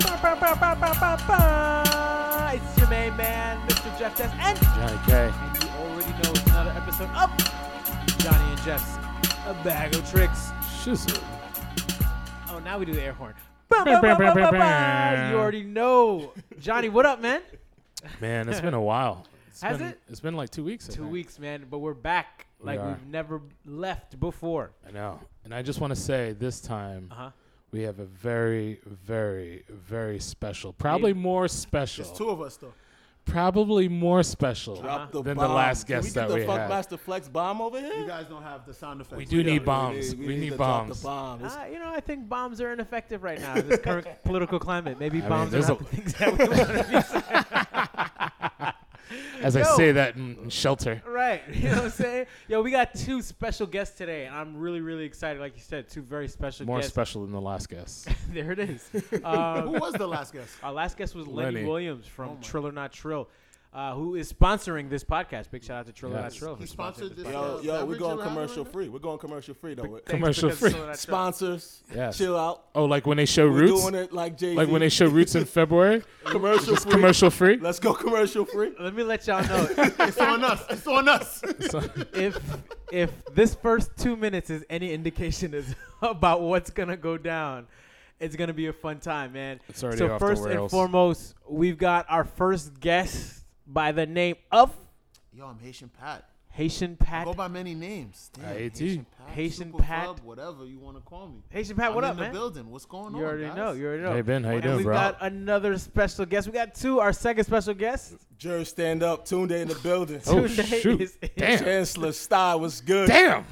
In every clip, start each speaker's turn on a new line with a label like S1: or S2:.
S1: Ba, ba, ba, ba, ba, ba. It's your main man, Mr. Jeff Test, and,
S2: Johnny K.
S1: and you already know it's another episode of Johnny and Jeff's A Bag of Tricks.
S2: Shizzle.
S1: Oh, now we do the air horn. Ba, ba, ba, ba, ba, ba. You already know. Johnny, what up, man?
S2: Man, it's been a while. It's
S1: Has
S2: been,
S1: it?
S2: It's been like two weeks. I
S1: Two
S2: think.
S1: weeks, man, but we're back
S2: We
S1: like we
S2: are.
S1: have never left before.
S2: I know. And I just want to say this time
S1: Uh huh.
S2: we have a very, very, very special, probably more special,
S3: It's two of us though.
S2: probably more special
S1: Drop
S4: the
S2: than the
S4: bomb.
S2: last
S4: Can
S2: guest
S4: we get
S2: that
S4: the
S2: we
S4: fuck
S2: had.
S4: Master Flex bomb over
S3: You
S4: here?
S3: guys don't have the sound effects.
S2: we do
S4: don't.
S2: need bombs. We, need,
S4: to drop
S2: bombs.
S4: The bomb. It's-
S1: Uh, you know, I think bombs are ineffective right now in this current political climate. Maybe
S2: mean,
S1: bombs
S2: there's
S1: are not
S2: a-
S1: the things that we want to be
S2: As
S1: Yo.
S2: I say that in, in shelter.
S1: Right. You know what I'm saying? Yo, we got two special guests today, and I'm really, really excited. Like you said, two very special
S2: More
S1: guests.
S2: special than the last guest.
S1: there it is. Um,
S3: Who was the last guest?
S1: our last guest was Lenny,
S2: Lenny.
S1: Williams from Trill or Not Trill, uh, who is sponsoring this podcast. Big shout out to Trill or Not
S2: Yes.
S1: Trill.
S3: He
S1: for
S3: sponsored
S1: sponsoring
S3: this.
S4: Yo,
S3: uh,
S4: yo, we're
S3: beverage
S4: going
S3: you're having
S4: commercial
S3: right
S4: free. We're going commercial free though.
S1: Thanks
S2: Commercial
S1: because uh,
S2: free.
S1: Trill or Not Trill.
S4: Sponsors,
S2: Yes.
S4: chill out.
S2: Oh, like when they show
S4: We're
S2: roots?
S4: doing it like Jay.
S2: Like when they show roots in February?
S4: commercial free.
S2: Commercial free?
S4: Let's go commercial free.
S1: Let me let y'all know
S3: now? It's on us. It's on us.
S2: So-
S1: if if this first two minutes is any indication is about what's gonna go down, it's gonna be a fun time, man.
S2: It's already
S1: so
S2: off the
S1: first and
S2: rails.
S1: foremost, we've got our first guest by the name of
S3: Yo, I'm Haitian Pat.
S1: Haitian
S3: I
S1: Pat. Uh,
S3: go by many names. Damn,
S2: IAT.
S3: Haitian Pat.
S1: Haitian
S3: Super
S1: Pat.
S3: Fub, whatever you want to call me.
S1: Haitian Pat,
S3: I'm
S1: what
S3: in
S1: up,
S3: the
S1: man?
S3: building. What's going on?
S1: You already
S3: guys?
S1: know. You already know.
S2: hey, Ben, how you
S1: and
S2: doing,
S1: we've
S2: bro?
S1: got another special guest. We got two. Our second special guest
S4: Jerry, stand up. Tune Day in the building.
S2: Oh,
S1: today
S2: shoot.
S1: is
S2: Damn.
S4: Chancellor Style, what's good?
S2: Damn.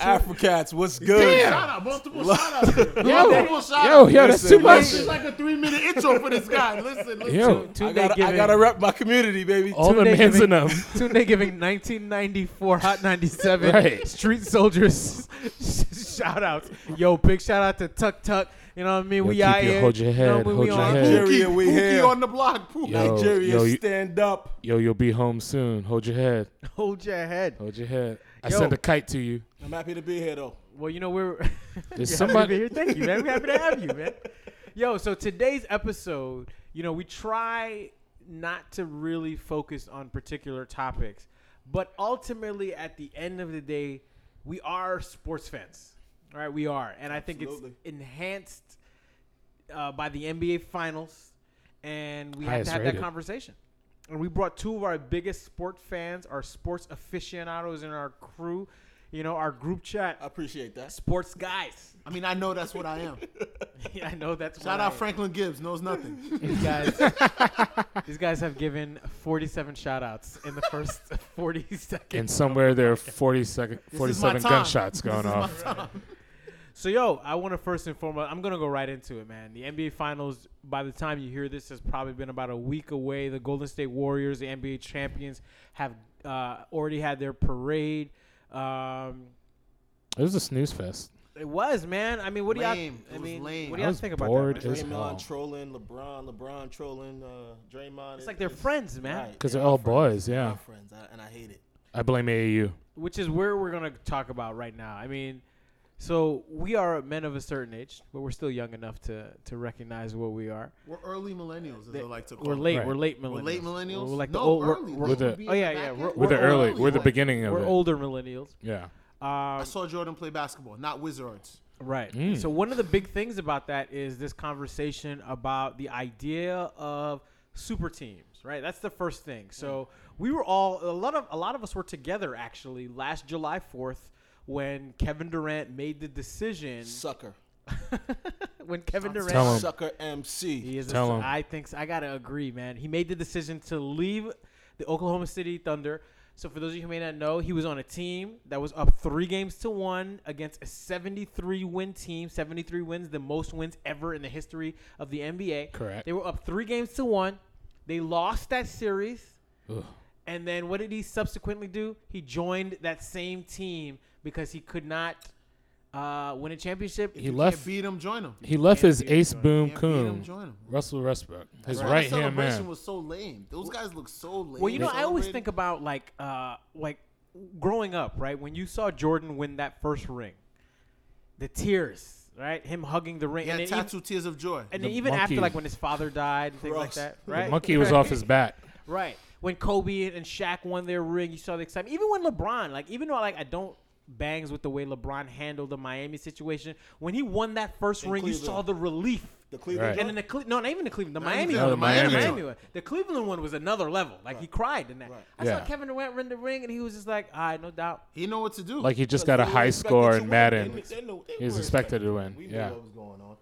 S4: Africats, what's good?
S3: Shout out, multiple shout outs. here. Multiple shout
S2: Yo,
S3: outs.
S2: yo, that's too
S4: Listen,
S2: much.
S3: This is like a three minute intro for this guy. Listen, listen.
S2: Yo,
S4: I
S1: Tune Day
S4: gotta, I
S1: giving,
S4: gotta rep my community, baby.
S2: all the
S1: Tune Day
S2: man's
S1: giving-
S2: in them.
S1: Tune Day giving 1994 Hot 97
S2: Right.
S1: Street Soldiers shout outs. Yo, big shout out to Tuck Tuck. You know what I mean?
S2: Yo,
S1: we
S2: keep
S1: out
S2: your-
S1: here.
S2: hold your
S1: You know
S2: head,
S1: what I mean?
S2: hold
S1: We
S2: your
S1: on-
S2: head.
S4: Nigeria,
S3: Pookie,
S4: we
S3: Pookie
S4: here.
S3: on the block. Pookie.
S2: Yo,
S4: Nigeria,
S2: yo, you-
S4: stand up.
S2: Yo, you'll be home soon. Hold your head.
S1: Hold your head.
S2: Hold your head. I
S1: Yo.
S2: sent a kite to you.
S4: I'm happy to be here though.
S1: Well, you know we're
S2: There's
S1: You're
S2: somebody-
S1: happy to be here. Thank you, man. We're happy to have you, man. Yo, so today's episode, you know, we try not to really focus on particular topics, but ultimately, at the end of the day, we are sports fans, all right? We are, and I think it's
S4: Absolutely.
S1: enhanced uh, by the NBA Finals, and we had
S2: Highest
S1: to have that
S2: rated.
S1: conversation. And we brought two of our biggest sport fans, our sports aficionados in our crew, you know, our group chat
S4: I appreciate that.
S1: sports guys.
S3: I mean, I know that's what I am.
S1: Yeah, I know that's
S3: Shout
S1: what
S3: out
S1: I-
S3: Franklin Gibbs. Knows nothing.
S1: These guys, these guys have given 47 shout outs in the first 40 seconds.
S2: And somewhere there are 40 second,
S3: my
S2: 47
S3: time.
S2: gunshots going
S3: This is my
S2: off.
S3: time.
S1: So, yo, I want to first and foremost, I'm going to go right into it, man. The NBA Finals, by the time you hear this, has probably been about a week away. The Golden State Warriors, the NBA champions, have uh, already had their parade. Um,
S2: It was a snooze fest.
S1: it was, man. I mean, what do y'all?
S3: Lame.
S1: I
S3: It was
S1: mean,
S3: lame.
S1: what
S2: I
S1: do y'all
S2: was
S1: think about
S2: bored
S1: that? man?
S2: as- It's hell.
S4: Draymond trolling, LeBron, LeBron trolling, uh, Draymond.
S1: It's like they're friends, man.
S2: Because they're all boys, yeah.
S4: My friends, I, and I hate it.
S2: I blame AAU.
S1: which is where we're gonna talk about right now. I mean, so we are men of a certain age, but we're still young enough to to recognize what we are.
S3: We're early millennials, as they, like to call.
S1: We're late.
S2: Right.
S1: We're late millennials.
S3: We're late millennials.
S1: We're like
S3: no,
S1: the old. We're,
S3: early.
S1: we're-
S2: We're the-
S1: oh, yeah, yeah, we're-
S2: We're the
S1: We're
S2: early.
S1: early,
S2: We're the beginning of
S1: we're
S2: it.
S1: older millennials.
S2: Yeah.
S3: I
S1: Um,
S3: saw Jordan play basketball, not Wizards.
S1: right.
S2: Mm.
S1: So one of the big things about that is this conversation about the idea of super teams. Right. That's the first thing. So
S2: Mm.
S1: we were all a lot of a lot of us were together actually last July Fourth when Kevin Durant made the decision.
S4: Sucker,
S1: when Kevin Durant
S2: Tell him.
S4: sucker MC.
S1: He is. a-
S2: Tell 'em.
S1: I think so. I gotta agree, man. He made the decision to leave the Oklahoma City Thunder. So for those of you who may not know, he was on a team that was up three games to one against a 73 win team. 73 wins, the most wins ever in the history of the NBA.
S2: Correct.
S1: They were up three games to one. They lost that series.
S2: Ugh.
S1: And then what did he subsequently do? He joined that same team because he could not uh, win a championship.
S2: He
S3: Can't
S2: left.
S3: beat him, join him.
S2: He left his
S1: beat him,
S2: ace
S1: join him.
S2: boom
S3: Can't beat him,
S2: coon,
S3: join him.
S2: Russell Westbrook, his
S3: That
S2: right hand
S3: celebration
S2: man.
S3: was so lame. Those guys look so lame.
S1: Well, you know, I always
S3: Celebrating.
S1: think about like, uh, like growing up, right? When you saw Jordan win that first ring, the tears right? Him hugging the ring,
S3: He
S1: and
S3: had
S1: then even,
S3: tattoo tears of joy.
S1: and
S2: The
S1: then even after
S2: monkey.
S1: like when his father died and things
S4: Gross.
S1: like that,
S4: The
S1: right?
S2: The monkey was off his back.
S1: Right. When Kobe and Shaq won their ring, you saw the excitement. Even when LeBron, like even though like I don't bangs with the way LeBron handled the Miami situation, when he won that first
S4: In
S1: ring, you
S4: Cleveland.
S1: saw the relief.
S4: The Cleveland.
S2: Right.
S1: And then the Cle- no, not even the Cleveland, the
S3: No,
S1: Miami,
S3: no,
S1: one,
S2: the
S1: the Miami,
S2: Miami
S1: one. The Cleveland one was another level. Like he cried in that. I
S2: Yeah.
S1: saw Kevin Durant win the ring, and he was just like, "All right, no doubt."
S3: He know what to do.
S2: Like he just got a high score in Madden.
S4: He
S2: was expected to win,
S4: We
S2: yeah.
S4: knew what was going on.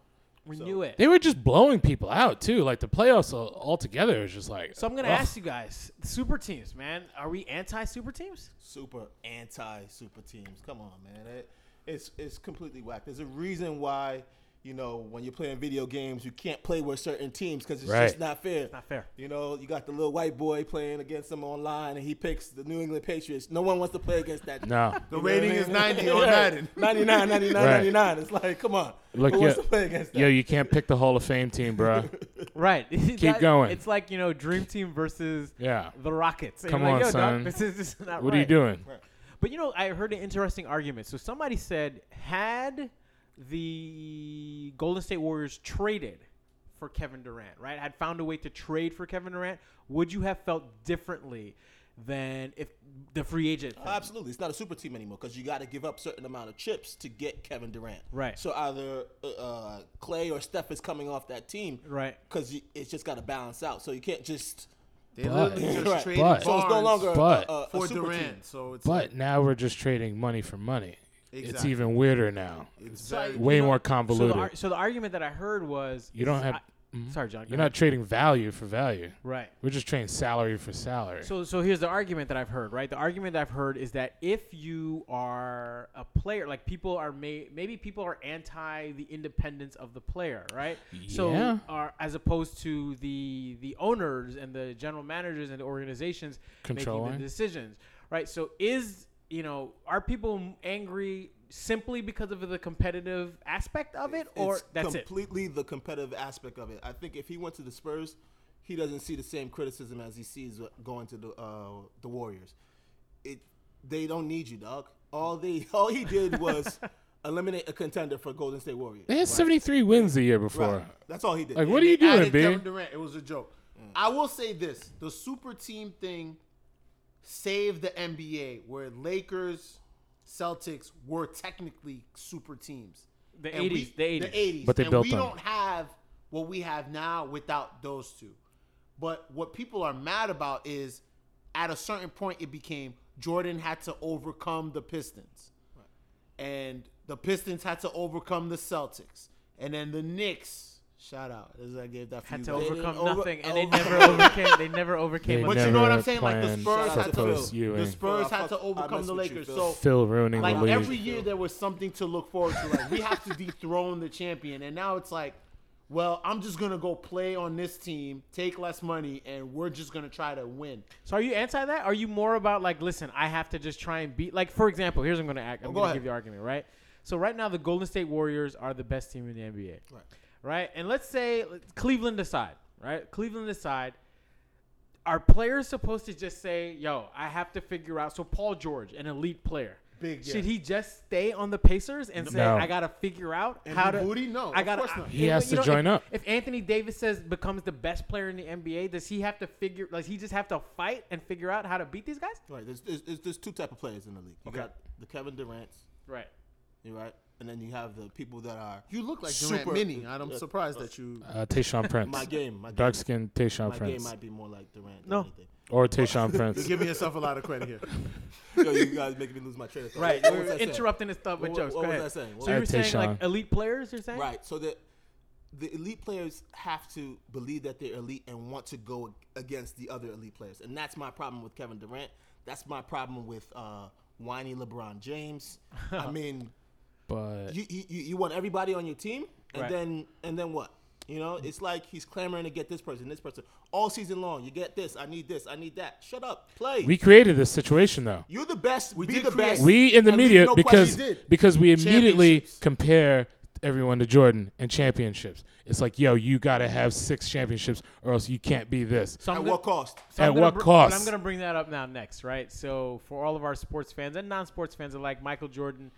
S1: We
S4: So-
S1: knew it.
S2: They were just blowing people out too. Like the playoffs al- altogether is just like. oh,
S1: So I'm gonna
S2: ugh.
S1: ask you guys, super teams, man. Are we anti super teams?
S4: super anti super teams. Come on, man. It, it's it's completely whack. There's a reason why you know when you're playing video games, you can't play with certain teams because it's
S2: Right.
S4: just not fair.
S1: Not fair.
S4: You know, you got the little white boy playing against him online, and he picks the New England Patriots. No one wants to play against
S2: No.
S3: the
S4: that. You know what I
S3: rating
S4: mean?
S3: is 90 on
S4: Right.
S3: Madden.
S4: 99, 99,
S2: Right.
S4: 99. It's like, come on.
S2: Look,
S4: Who wants
S2: yeah.
S4: to play against that?
S2: Yo, you can't pick the Hall of Fame team, bro.
S1: Right. Keep
S2: going.
S1: It's like you know, Dream Team versus
S2: Yeah.
S1: the Rockets. And
S2: Come
S1: you're like, "Yo, dog,
S2: on, son.
S1: this is just not
S2: What are you
S1: right."
S2: doing?
S1: But you know, I heard an interesting argument. So somebody said, had the Golden State Warriors traded for Kevin Durant, right? Had found a way to trade for Kevin Durant, would you have felt differently than if the free agent? thing?
S4: Absolutely, it's not a super team anymore because you got to give up certain amount of chips to get Kevin Durant.
S1: Right.
S4: So either uh, uh, Clay or Steph is coming off that team.
S1: Right.
S4: Because it's just got to balance out. So you can't just.
S3: They
S2: But-
S3: literally just
S4: Right.
S3: traded
S2: But-
S4: So it's no
S3: Barnes
S4: longer a-
S2: But-
S4: a, a,
S3: for
S4: super
S3: Durant.
S4: team.
S3: So it's
S2: But now we're just trading money for money. It's
S3: Exactly.
S2: even weirder now.
S3: it's very,
S2: Way more
S1: So the,
S2: convoluted.
S1: ar- so the argument that I heard was
S2: You don't have- Mm-hmm.
S1: I- sorry, John. go
S2: You're not
S1: ahead.
S2: trading value for value.
S1: right.
S2: We're just trading salary for salary.
S1: So, so here's the argument that I've heard, right? The argument that I've heard is that if you are a player, like people are may, maybe people are anti the independence of the player, right?
S2: Yeah.
S1: So, are, as opposed to the the owners and the general managers and the organizations making
S2: Controlling.
S1: the decisions, right? So, is you know, are people angry simply because of the competitive aspect of it, or
S4: it's
S1: that's it?
S4: completely the competitive aspect of it. I think if he went to the Spurs, he doesn't see the same criticism as he sees going to the uh, the Warriors. It they don't need you, dog. All they all he did was eliminate a contender for Golden State Warriors.
S2: they had 73 wins the year before.
S4: Right. That's all he did.
S2: Like, what are you doing,
S3: added
S2: B?
S3: Kevin Durant. It was a joke. I will say this: the super team thing saved the NBA, where Lakers, Celtics were technically super teams.
S1: The
S3: And we-
S1: 80s, the 80s.
S3: the 80s.
S2: But they
S3: and
S2: built
S3: we
S2: them.
S3: don't have what we have now without those two. But what people are mad about is, at a certain point, it became Jordan had to overcome the Pistons and the Pistons had to overcome the Celtics, and then the Knicks. Shout out! This is- I gave that for
S1: Had
S3: you
S1: to
S3: guys.
S1: overcome
S4: over-
S1: nothing, and they
S4: over-
S1: never overcame. They never overcame.
S2: They
S1: a
S3: But you know what
S2: never
S3: I'm saying? Like the
S2: planned
S3: Spurs
S4: Shout out
S3: had
S4: to
S3: to,
S4: Phil
S2: Ewing.
S3: the Spurs
S4: Phil, I
S3: had to
S4: fuck- I
S3: overcome
S4: mess
S3: the
S4: with you,
S3: Lakers.
S4: Phil.
S3: So
S2: Phil ruining the
S3: like
S2: league.
S3: every year there was something to look forward to. Like we have to dethrone the champion, and now it's like, well, I'm just gonna go play on this team, take less money, and we're just gonna try to win.
S1: So are you anti that? Are you more about like, listen, I have to just try and beat? Like, for example, here's what I'm gonna act. I'm
S4: go
S1: gonna
S4: ahead.
S1: give you argument, right? So right now, the Golden State Warriors are the best team in the NBA, right? Right, and let's say let- Cleveland aside, right? Cleveland aside, are players supposed to just say, "Yo, I have to figure out"? So Paul George, an elite player,
S4: Big, yeah.
S1: should he just stay on the Pacers and say,
S2: No.
S1: "I gotta figure out
S3: And
S1: how
S3: be
S1: to"?
S3: booty? No,
S1: I
S3: Oh, of
S1: gotta.
S3: course not.
S2: He
S1: I-
S2: has
S1: you
S2: to
S1: know,
S2: join
S1: if-
S2: up.
S1: if Anthony Davis says becomes the best player in the NBA, does he have to figure? Does he just have to fight and figure out how to beat these guys?
S4: Right. There's, there's, there's, there's two type of players in the league. You
S1: Okay.
S4: got the Kevin Durant's,
S1: Right.
S4: you right, and then you have the people that are
S3: You look like Durant
S4: Super-
S3: Mini. I'm surprised that you.
S2: uh, Tayshawn Prince.
S4: my game. My game,
S2: Dark skinned Tayshawn
S4: my game
S2: Prince.
S4: might be more like Durant.
S1: No.
S4: Than anything.
S2: Or Tayshawn Prince.
S3: giving yourself a lot of credit here.
S4: Yo, you guys making me lose my train of thought.
S1: Right.
S4: What
S1: We're
S4: was I saying?
S1: interrupting his stuff with
S4: What-
S1: jokes.
S4: what
S1: Go
S4: was
S1: ahead.
S4: I saying? What
S1: So you were
S2: was I
S1: saying
S2: saying?
S1: like elite players? You're saying
S4: Right. So the the elite players have to believe that they're elite and want to go against the other elite players, and that's my problem with Kevin Durant. That's my problem with uh, whiny LeBron James. I mean,
S2: But
S4: you, you you you want everybody on your team, and
S1: Right.
S4: then and then what? You know, it's like he's clamoring to get this person, this person all season long. You get this, I need this, I need that. Shut up, play.
S2: we created this situation, though.
S4: You're the best. We be
S3: did
S4: the
S3: create-
S4: best.
S2: We in the
S4: And leave
S2: media
S4: no
S2: because
S4: question-
S2: because we immediately
S3: Championships.
S2: compare everyone to Jordan and championships. It's like, yo, you gotta have six championships or else you can't be this.
S1: So I'm
S4: at
S1: gonna-
S4: what cost?
S1: so I'm
S2: At
S1: gonna
S2: what
S1: br-
S2: cost?
S1: But I'm gonna bring that up now next, right? So for all of our sports fans and non-sports fans alike, Michael Jordan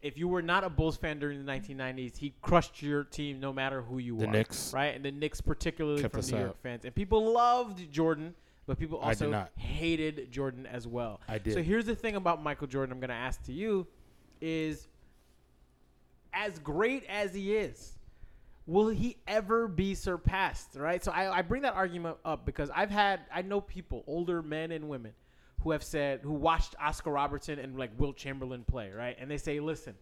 S1: if you were not a Bulls fan during the 1990s, he crushed your team no matter who you
S2: The
S1: were.
S2: Knicks.
S1: right? And the Knicks, particularly
S2: Kept
S1: from
S2: us
S1: New York
S2: out.
S1: fans, and people loved Jordan, but people
S2: I did
S1: also
S2: not.
S1: hated Jordan as well.
S2: I did.
S1: So here's the thing about Michael Jordan. I'm going to ask to you, is as great as he is, will he ever be surpassed? Right. So I, I bring that argument up because I've had I know people, older men and women, who have said who watched Oscar Robertson and like Will Chamberlain play, right? And they say, listen,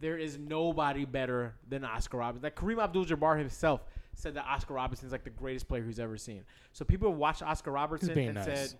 S1: there is nobody better than Oscar Robertson. Like Kareem Abdul-Jabbar himself said that Oscar Robertson's like the greatest player he's ever seen. So people watched Oscar Robertson
S2: being
S1: and
S2: nice.
S1: said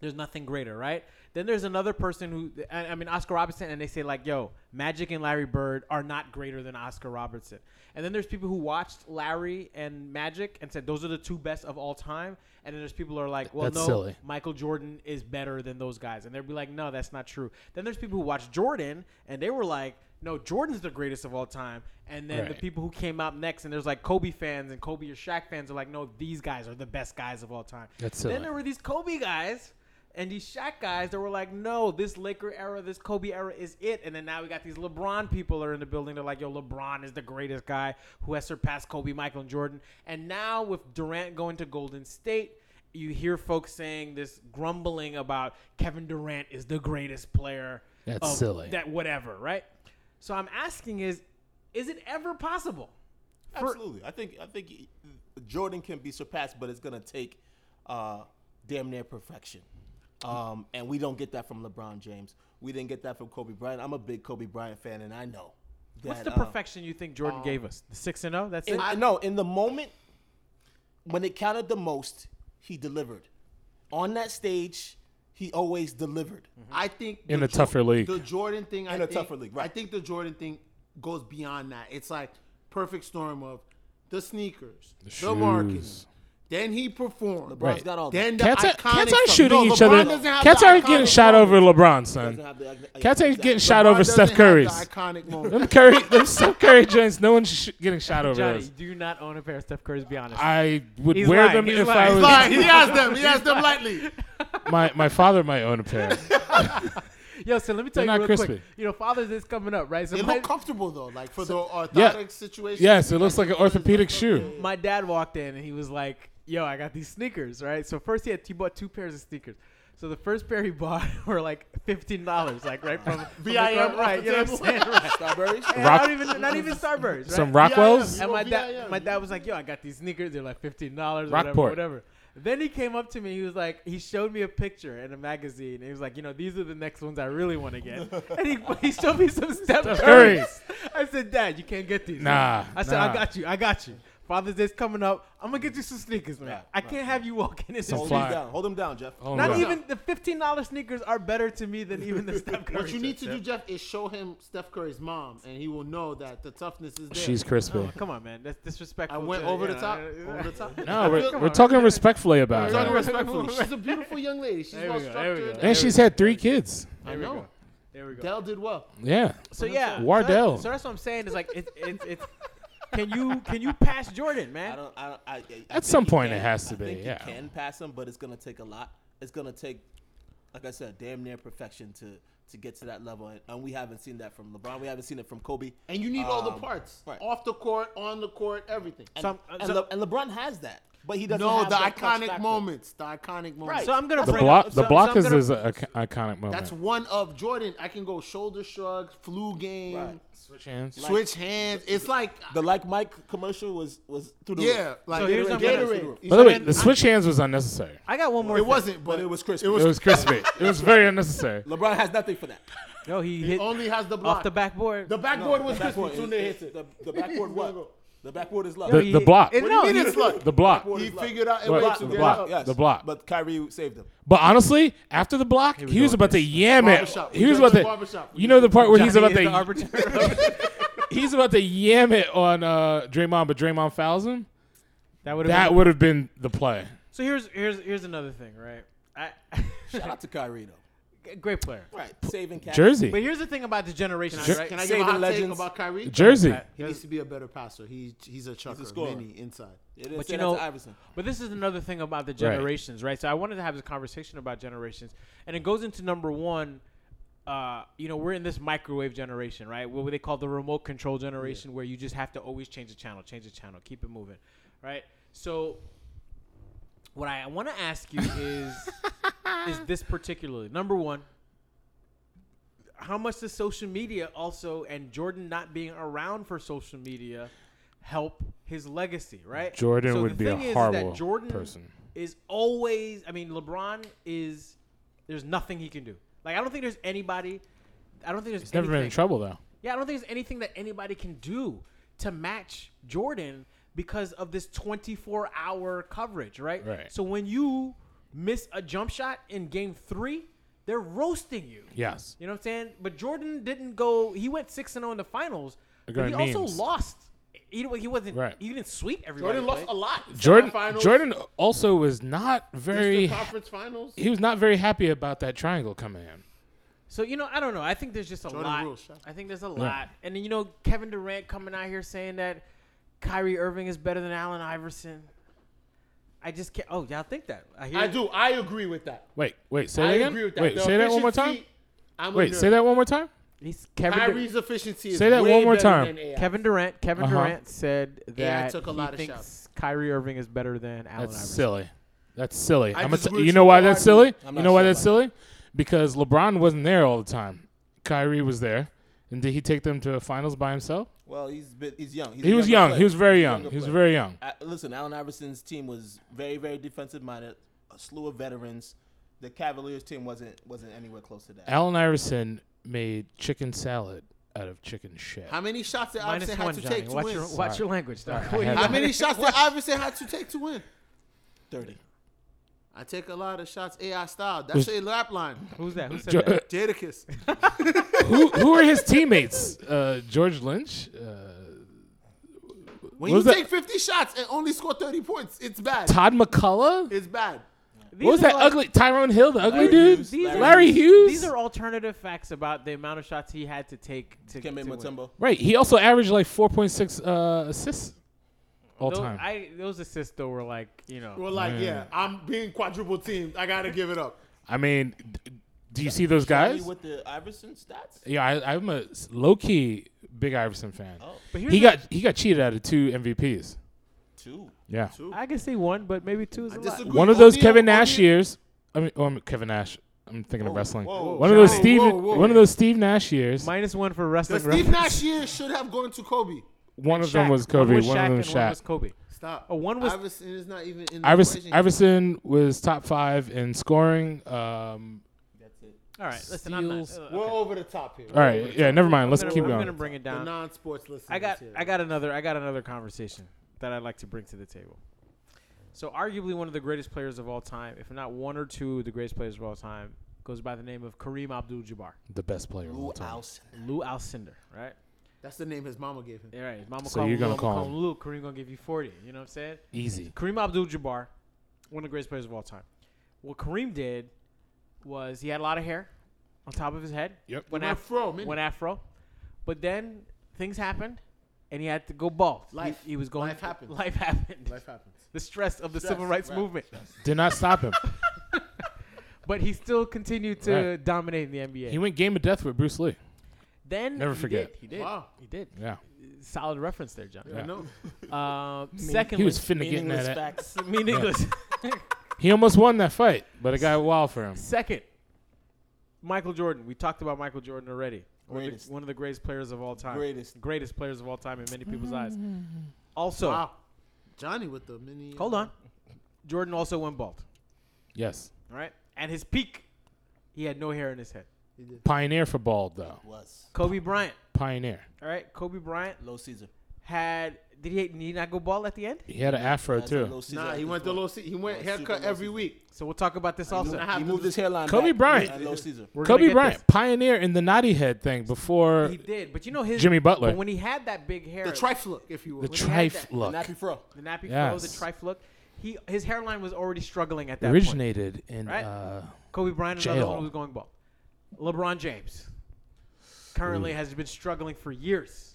S1: there's nothing greater, right? Then there's another person who, I I mean, Oscar Robertson, and they say, like, yo, Magic and Larry Bird are not greater than Oscar Robertson. And then there's people who watched Larry and Magic and said, those are the two best of all time. And then there's people who are like, well,
S2: That's
S1: no,
S2: silly.
S1: Michael Jordan is better than those guys. And they'd be like, no, that's not true. Then there's people who watched Jordan and they were like, no, Jordan's the greatest of all time. And then the
S2: Right.
S1: people who came out next, and there's like Kobe fans and Kobe or Shaq fans are like, no, these guys are the best guys of all time.
S2: That's
S1: then
S2: silly.
S1: there were these Kobe guys and these Shaq guys that were like, no, this Laker era, this Kobe era is it. And then now we got these LeBron people are in the building. They're like, yo, LeBron is the greatest guy who has surpassed Kobe, Michael, and Jordan. And now with Durant going to Golden State, you hear folks saying this grumbling about Kevin Durant is the greatest player.
S2: That's silly.
S1: That whatever, right? So I'm asking is, is it ever possible? for-
S4: Absolutely. I think I think he- Jordan can be surpassed, but it's gonna take uh, damn near perfection. Um, and we don't get that from LeBron James. We didn't get that from Kobe Bryant. I'm a big Kobe Bryant fan, and I know.
S1: What's
S4: that,
S1: the
S4: uh,
S1: perfection you think Jordan gave us? The six and zero. That's it.
S4: in- I know in the moment when it counted the most, he delivered. On that stage, he always delivered.
S3: I think
S2: In
S3: the
S2: a tougher league.
S3: the Jordan thing. I
S4: In a
S3: think-
S4: tougher league, right.
S3: I think the Jordan thing goes beyond that. It's like perfect storm of the sneakers, the, marketing.
S2: shoes.
S3: Then he performed.
S4: LeBron's
S2: Right.
S4: got all
S3: Then the
S2: Cats, are,
S3: iconic
S2: cats are
S3: stuff.
S2: shooting
S3: No,
S2: each
S3: LeBron
S2: other.
S3: doesn't have
S2: Cats
S3: the
S2: are
S3: iconic
S2: getting shot
S3: moments.
S2: over LeBron,
S4: that.
S2: son.
S4: Doesn't have the- uh,
S2: Cats ain't getting shot
S3: LeBron
S2: over
S3: doesn't
S2: Steph
S3: have the
S2: Curry's.
S3: iconic moments.
S2: Them Curry, them Steph Curry joints. No one's sh- getting shot over
S1: Johnny,
S2: those.
S1: do you not own a pair of Steph Curry's. Be honest.
S2: I would
S1: He's
S2: wear
S1: lying,
S2: them
S1: he's
S2: if
S1: lying.
S2: I was.
S1: He's
S3: Fine, he has them. He has them lightly.
S2: My my father might own a pair.
S1: Yo, so let me tell
S2: They're
S1: you
S2: not
S1: real quick.
S2: crispy.
S1: You know, Father's Day's coming up, right? So
S3: They
S1: my,
S3: look comfortable though, like for the orthotic situation.
S2: Yes, it looks like an orthopedic shoe.
S1: my dad walked in and he was like, "Yo, I got these sneakers, right?" So first he had he bought two pairs of sneakers. So the first pair he bought were like fifteen dollars, like right from, from the
S3: VIM
S1: club, right?
S3: off the
S1: You know what I'm saying? Right.
S4: Strawberries?
S1: And
S2: Rock-
S1: not even not even Starburst, right?
S2: Some
S3: Yeah,
S2: Rockwells.
S3: yeah.
S1: And my
S3: Well,
S1: dad,
S3: VIM.
S1: my dad was like, "Yo, I got these sneakers. They're like fifteen dollars, whatever,
S2: Rockport.
S1: whatever." Then he came up to me. He was like, he showed me a picture in a magazine. And he was like, you know, these are the next ones I really want to get. And he, he showed me some Steph
S2: Curry.
S1: Curry's. I said, Dad, you can't get these.
S2: Nah,
S1: I said, I
S2: nah.
S1: got you. I got you. Father's Day's coming up. I'm gonna get you some sneakers, man.
S4: Right,
S1: I can't have you walking in this.
S2: Some
S4: Hold
S2: fly-
S4: him down. Hold him down, Jeff.
S2: Oh,
S1: Not
S2: no.
S1: even the fifteen dollars sneakers are better to me than even the Steph Curry.
S3: What you need to do, Jeff, is show him Steph Curry's mom, and he will know that the toughness is there.
S2: She's crispy.
S1: come on, man. That's disrespectful.
S3: I went
S1: to-
S3: over
S1: you
S3: the
S1: know,
S3: top.
S1: uh,
S3: Over the top.
S2: No,
S3: I
S2: we're,
S3: feel-
S2: we're talking respectfully about
S3: We're talking
S2: it.
S3: respectfully. She's a beautiful young lady. She's
S1: There
S3: well
S1: we go, there we
S3: structured.
S1: go.
S2: And she's had three kids.
S3: I
S1: There we
S3: know.
S1: go. There we go.
S3: Dell did well.
S2: Yeah.
S1: So yeah, So,
S2: Wardell.
S1: that- so that's what I'm saying. Is like it's it's it's. Can you can you pass Jordan,
S4: I
S1: man?
S4: don't. I don't I, I, I
S2: At
S4: think
S2: some
S4: he
S2: point,
S4: can.
S2: it has to
S4: I
S2: be,
S4: Think
S2: yeah.
S4: He can pass him, but it's gonna take a lot. It's gonna take, like I said, damn near perfection to to get to that level, and, and we haven't seen that from LeBron. We haven't seen it from Kobe.
S3: And you need all the
S4: Um,
S3: parts.
S4: right.
S3: Off the court, on the court, everything.
S4: And,
S1: Some- uh,
S4: and,
S1: some-
S4: Le- and LeBron has that, but he doesn't.
S3: no,
S4: have
S3: the
S4: that clutch
S3: iconic
S4: factor.
S3: moments. The iconic moments.
S1: So I'm gonna
S2: The
S1: bring
S2: block,
S1: up,
S2: the
S1: so-
S2: block
S1: so I'm
S2: is,
S1: gonna,
S2: is an iconic moment.
S3: That's one of Jordan. I can go shoulder shrugs, flu game,
S4: Right.
S2: Switch hands.
S3: switch hands. It's like,
S4: The like Mike commercial was was through the
S3: yeah, like
S1: So here's what I'm gonna-
S3: Gatorade.
S2: By the way, the switch hands was unnecessary.
S1: I got one more.
S3: It
S1: thing.
S3: wasn't, but,
S4: But it was crispy.
S2: It was crispy. it was very unnecessary.
S4: LeBron has nothing for that.
S1: No, he hit
S3: only has the block.
S1: off the backboard.
S3: The backboard was
S4: The
S3: crispy.
S4: backboard
S3: Soon
S4: is-
S3: they hit it.
S4: The, the backboard what? The backboard is love.
S2: The,
S1: he-
S2: the block.
S1: it- no,
S3: you mean
S1: he-
S3: it's luck?
S2: The block.
S4: Backboard
S3: He
S4: is love.
S3: figured out a
S2: What?
S3: way
S2: The
S3: to get
S2: block.
S3: out.
S4: Yes,
S2: The block.
S4: But Kyrie saved him.
S2: But honestly, after the block,
S1: we
S2: he was
S1: go.
S2: about to yam it.
S3: Barbershop.
S2: He was
S3: We go
S2: about
S3: to
S2: to.
S3: barbershop.
S2: You know the part where he's
S1: Johnny
S2: about
S1: is the
S2: to.
S1: arbiter.
S2: He's about to yam it on uh, Draymond, but Draymond fouls him.
S1: that would have.
S2: That would have been the play.
S1: So here's here's here's another thing, right? I,
S4: Shout out to Kyrie though.
S1: great player.
S4: Right, saving Kyrie.
S2: Jersey,
S1: But here's the thing about the generation,
S3: Can I-
S1: right?
S3: Can I give
S4: Say
S3: a
S4: the
S3: hot take
S4: legends.
S3: about Kyrie?
S2: Jersey.
S3: He needs to be a better passer. He he's a chucker,
S4: scorer.
S3: mini inside.
S4: They didn't
S1: But
S4: say
S1: you
S4: that
S1: know-
S4: to Iverson.
S1: But this is another thing about the generations, right. So I wanted to have this conversation about generations, and it goes into number one uh, you know, we're in this microwave generation, right? What they call the remote control generation, where you just have to always change the channel, change the channel, keep it moving, right? So, what I want to ask you is, is this particularly number one? How much does social media also and Jordan not being around for social media help his legacy, right?
S2: Jordan
S1: So
S2: would
S1: the
S2: be a
S1: thing is, is that
S2: horrible
S1: Jordan
S2: person.
S1: Is always, I mean, LeBron is. There's nothing he can do. Like I don't think there's anybody. I don't think there's.
S2: He's never been in
S1: anything-
S2: trouble though.
S1: Yeah, I don't think there's anything that anybody can do to match Jordan because of this 24 hour coverage, right?
S2: Right.
S1: So when you miss a jump shot in game three, they're roasting you.
S2: Yes.
S1: You know what I'm saying? But Jordan didn't go. He went six and zero in the finals, but
S2: got
S1: he also
S2: memes.
S1: lost. He, he wasn't.
S2: Right.
S1: He didn't sweep everybody.
S4: Jordan lost
S1: right?
S4: a lot.
S2: Jordan
S4: Semifinals,
S2: Jordan also was not
S4: Eastern
S2: very
S4: Conference Finals.
S2: he was not very happy about that triangle coming in.
S1: So you know, I don't know. I think there's just a
S4: Jordan
S1: lot.
S4: rules, shout out.
S1: I think there's a lot. And then you know, Kevin Durant coming out here saying that Kyrie Irving is better than Allen Iverson. I just can't. Oh, y'all think that? I hear.
S4: I
S1: you.
S4: do. I agree with that.
S2: Wait, wait, say
S4: I
S2: that again.
S4: agree with that.
S2: Wait,
S4: The
S2: say that one more time.
S4: efficiency- I'm a
S2: Wait,
S4: nerd.
S2: say that one more time.
S1: He's Kevin. Dur-
S4: Kyrie's efficiency is
S2: Say that
S4: way
S2: one more
S4: better
S2: time.
S4: than AI.
S1: Kevin Durant. Kevin
S2: Uh-huh.
S1: Durant said that
S4: Yeah, I took a
S1: he
S4: lot of
S1: thinks
S4: shots.
S1: Kyrie Irving is better than Allen
S2: That's
S1: Iverson.
S2: silly. That's silly.
S4: I
S2: I'm gonna
S4: disagree
S2: t-
S4: with
S2: you
S4: you
S2: know why
S4: wholeheartedly.
S2: that's silly?
S4: I'm
S2: You
S4: not
S2: know why
S4: sure
S2: that's
S4: about
S2: silly? Because LeBron wasn't there all the time. Kyrie was there. And did he take them to the finals by himself?
S4: Well, he's been, he's young. He's
S2: He
S4: a
S2: was
S4: younger
S2: young.
S4: player.
S2: He was very
S4: He's a
S2: young.
S4: younger
S2: He was
S4: player.
S2: very young.
S4: I- listen, Allen Iverson's team was very, very defensive minded. A slew of veterans. The Cavaliers team wasn't wasn't anywhere close to that.
S2: Allen Iverson made chicken salad out of chicken shit.
S3: How many shots did
S1: Minus
S3: Iverson
S1: one,
S3: have to
S1: Johnny.
S3: take to
S1: watch
S3: win?
S1: your watch your language, dog.
S2: Sorry, I had
S3: How many shots did Iverson have to take to win?
S4: Thirty.
S3: I take a lot of shots AI style. That's a lap line.
S1: Who's that? Who said
S2: Jo-
S1: that?
S3: Jadakiss.
S2: who who are his teammates? Uh, George Lynch, uh,
S3: When
S2: What was
S3: you
S2: that?
S3: take 50 shots and only score 30 points, it's bad.
S2: Todd McCullough.
S3: It's bad.
S2: What was that ugly Tyrone Hill, the ugly dude?
S4: Hughes.
S1: These are-
S2: Larry Hughes.
S1: These are alternative facts about the amount of shots he had to take to,
S4: Kemba
S1: to win.
S4: Mutombo.
S2: right. He also averaged like 4.6 uh, assists all
S1: those,
S2: time.
S1: I, those assists though were like you know.
S3: We're like, yeah, I'm being quadruple teamed. I got to give it up.
S2: I mean, d- do you see those
S4: Johnny
S2: guys?
S4: with the Iverson stats.
S2: Yeah, I, I'm a low key big Iverson fan.
S1: But here's
S2: He
S1: the-
S2: got he got cheated out of two MVPs.
S4: Two.
S2: Yeah,
S1: I can see one, but maybe two is a lot.
S3: disagree.
S2: one of those
S3: O'Neal-
S2: Kevin Nash
S3: O'Neal-
S2: years. I mean, oh, I'm- Kevin Nash. I'm thinking of wrestling.
S4: whoa,
S2: one of those
S3: Johnny,
S2: Steve.
S3: whoa, whoa.
S2: One of those Steve Nash years.
S1: Minus one for
S3: The
S1: wrestling.
S3: Steve Nash year should have gone to Kobe.
S2: one of them was Kobe.
S1: One
S2: One,
S1: was Shaq.
S2: of them
S1: and
S2: was
S1: One was
S2: Shaq.
S1: Kobe.
S3: Stop.
S1: Oh, one was-
S3: Iverson is not even in the
S2: Iverson,
S3: equation.
S2: Iverson was top five in scoring. Um,
S4: That's it.
S1: All right, listen, I'm not.
S2: Steals.
S1: uh, okay.
S3: We're over the top here.
S2: all right, yeah, never mind. Let's
S1: I'm gonna,
S2: keep
S1: I'm
S2: going.
S1: gonna bring it
S3: The
S1: down.
S3: non-sports listeners.
S1: I got
S3: here.
S1: I got another I got another conversation that I'd like to bring to the table. So arguably one of the greatest players of all time, if not one or two of the greatest players of all time, goes by the name of Kareem Abdul-Jabbar,
S2: the best player of all
S4: Lou
S2: time.
S4: Alcindor.
S1: Lou Alcindor, right?
S3: That's the name his mama gave him.
S1: All right, Mama
S2: So
S1: call
S2: you're
S1: him
S2: gonna
S1: Lou, I'ma
S2: call
S1: call
S2: him.
S1: him Lou. Kareem gonna give you forty. You know what I'm saying?
S2: Easy.
S1: Kareem Abdul-Jabbar, one of the greatest players of all time. What Kareem did was he had a lot of hair on top of his head.
S2: Yep.
S1: Went
S3: Went
S1: afro.
S3: afro, man.
S1: Went afro. But then things happened, and he had to go bald. He-
S3: Life.
S1: He, was going.
S3: Life happened.
S1: Life happened.
S3: Life happens.
S1: The stress of the
S4: Stress,
S1: civil rights
S4: right,
S1: movement.
S2: Did not stop him.
S1: But he still continued to
S2: Right.
S1: dominate in the NBA.
S2: he went game of death with Bruce Lee.
S1: then
S2: Never
S1: he
S2: forget.
S1: did, He did.
S3: Wow.
S1: He did.
S2: Yeah.
S1: Solid reference there, John.
S2: Yeah.
S3: I know.
S1: Uh, secondly,
S2: He was finna getting
S4: Meaningless
S2: that. at-
S4: facts.
S1: meaningless.
S2: He almost won that fight, but it got wild for him.
S1: Second, Michael Jordan. We talked about Michael Jordan already. One of,
S4: Greatest.
S1: the, one of the greatest players of all time.
S4: Greatest.
S1: Greatest players of all time in many people's eyes. Also,
S3: Wow. Johnny with the mini. uh,
S1: hold on. Jordan also went bald.
S2: Yes.
S1: All right. At his peak, he had no hair in his head.
S2: Pioneer for bald though.
S4: Was
S1: Kobe Bryant.
S2: Pioneer.
S1: All right. Kobe Bryant
S4: low season.
S1: had. Did he, did he not go bald at the end?
S2: He had an afro too.
S3: Nah, he went to low seat. He went haircut every week.
S1: So we'll talk about this also.
S3: I
S4: He
S3: have
S4: moved his hairline.
S2: Kobe
S4: back
S2: Bryant.
S4: At low season.
S1: We're gonna
S2: Kobe
S1: get
S2: Bryant,
S1: this.
S2: pioneer in the naughty head thing before
S1: He did, but you know his
S2: Jimmy Butler.
S1: But when he had that big hair,
S3: The trife look, if you will.
S2: the
S1: he had that-
S2: trife look
S4: Nappy fro.
S1: the nappy flow, the
S2: Yes.
S1: trife look, he his hairline was already struggling at that point.
S2: originated in.
S1: Right?
S2: Uh,
S1: Kobe Bryant, another
S2: Jail.
S1: one who's going bald. LeBron James
S2: Mm.
S1: currently has been struggling for years.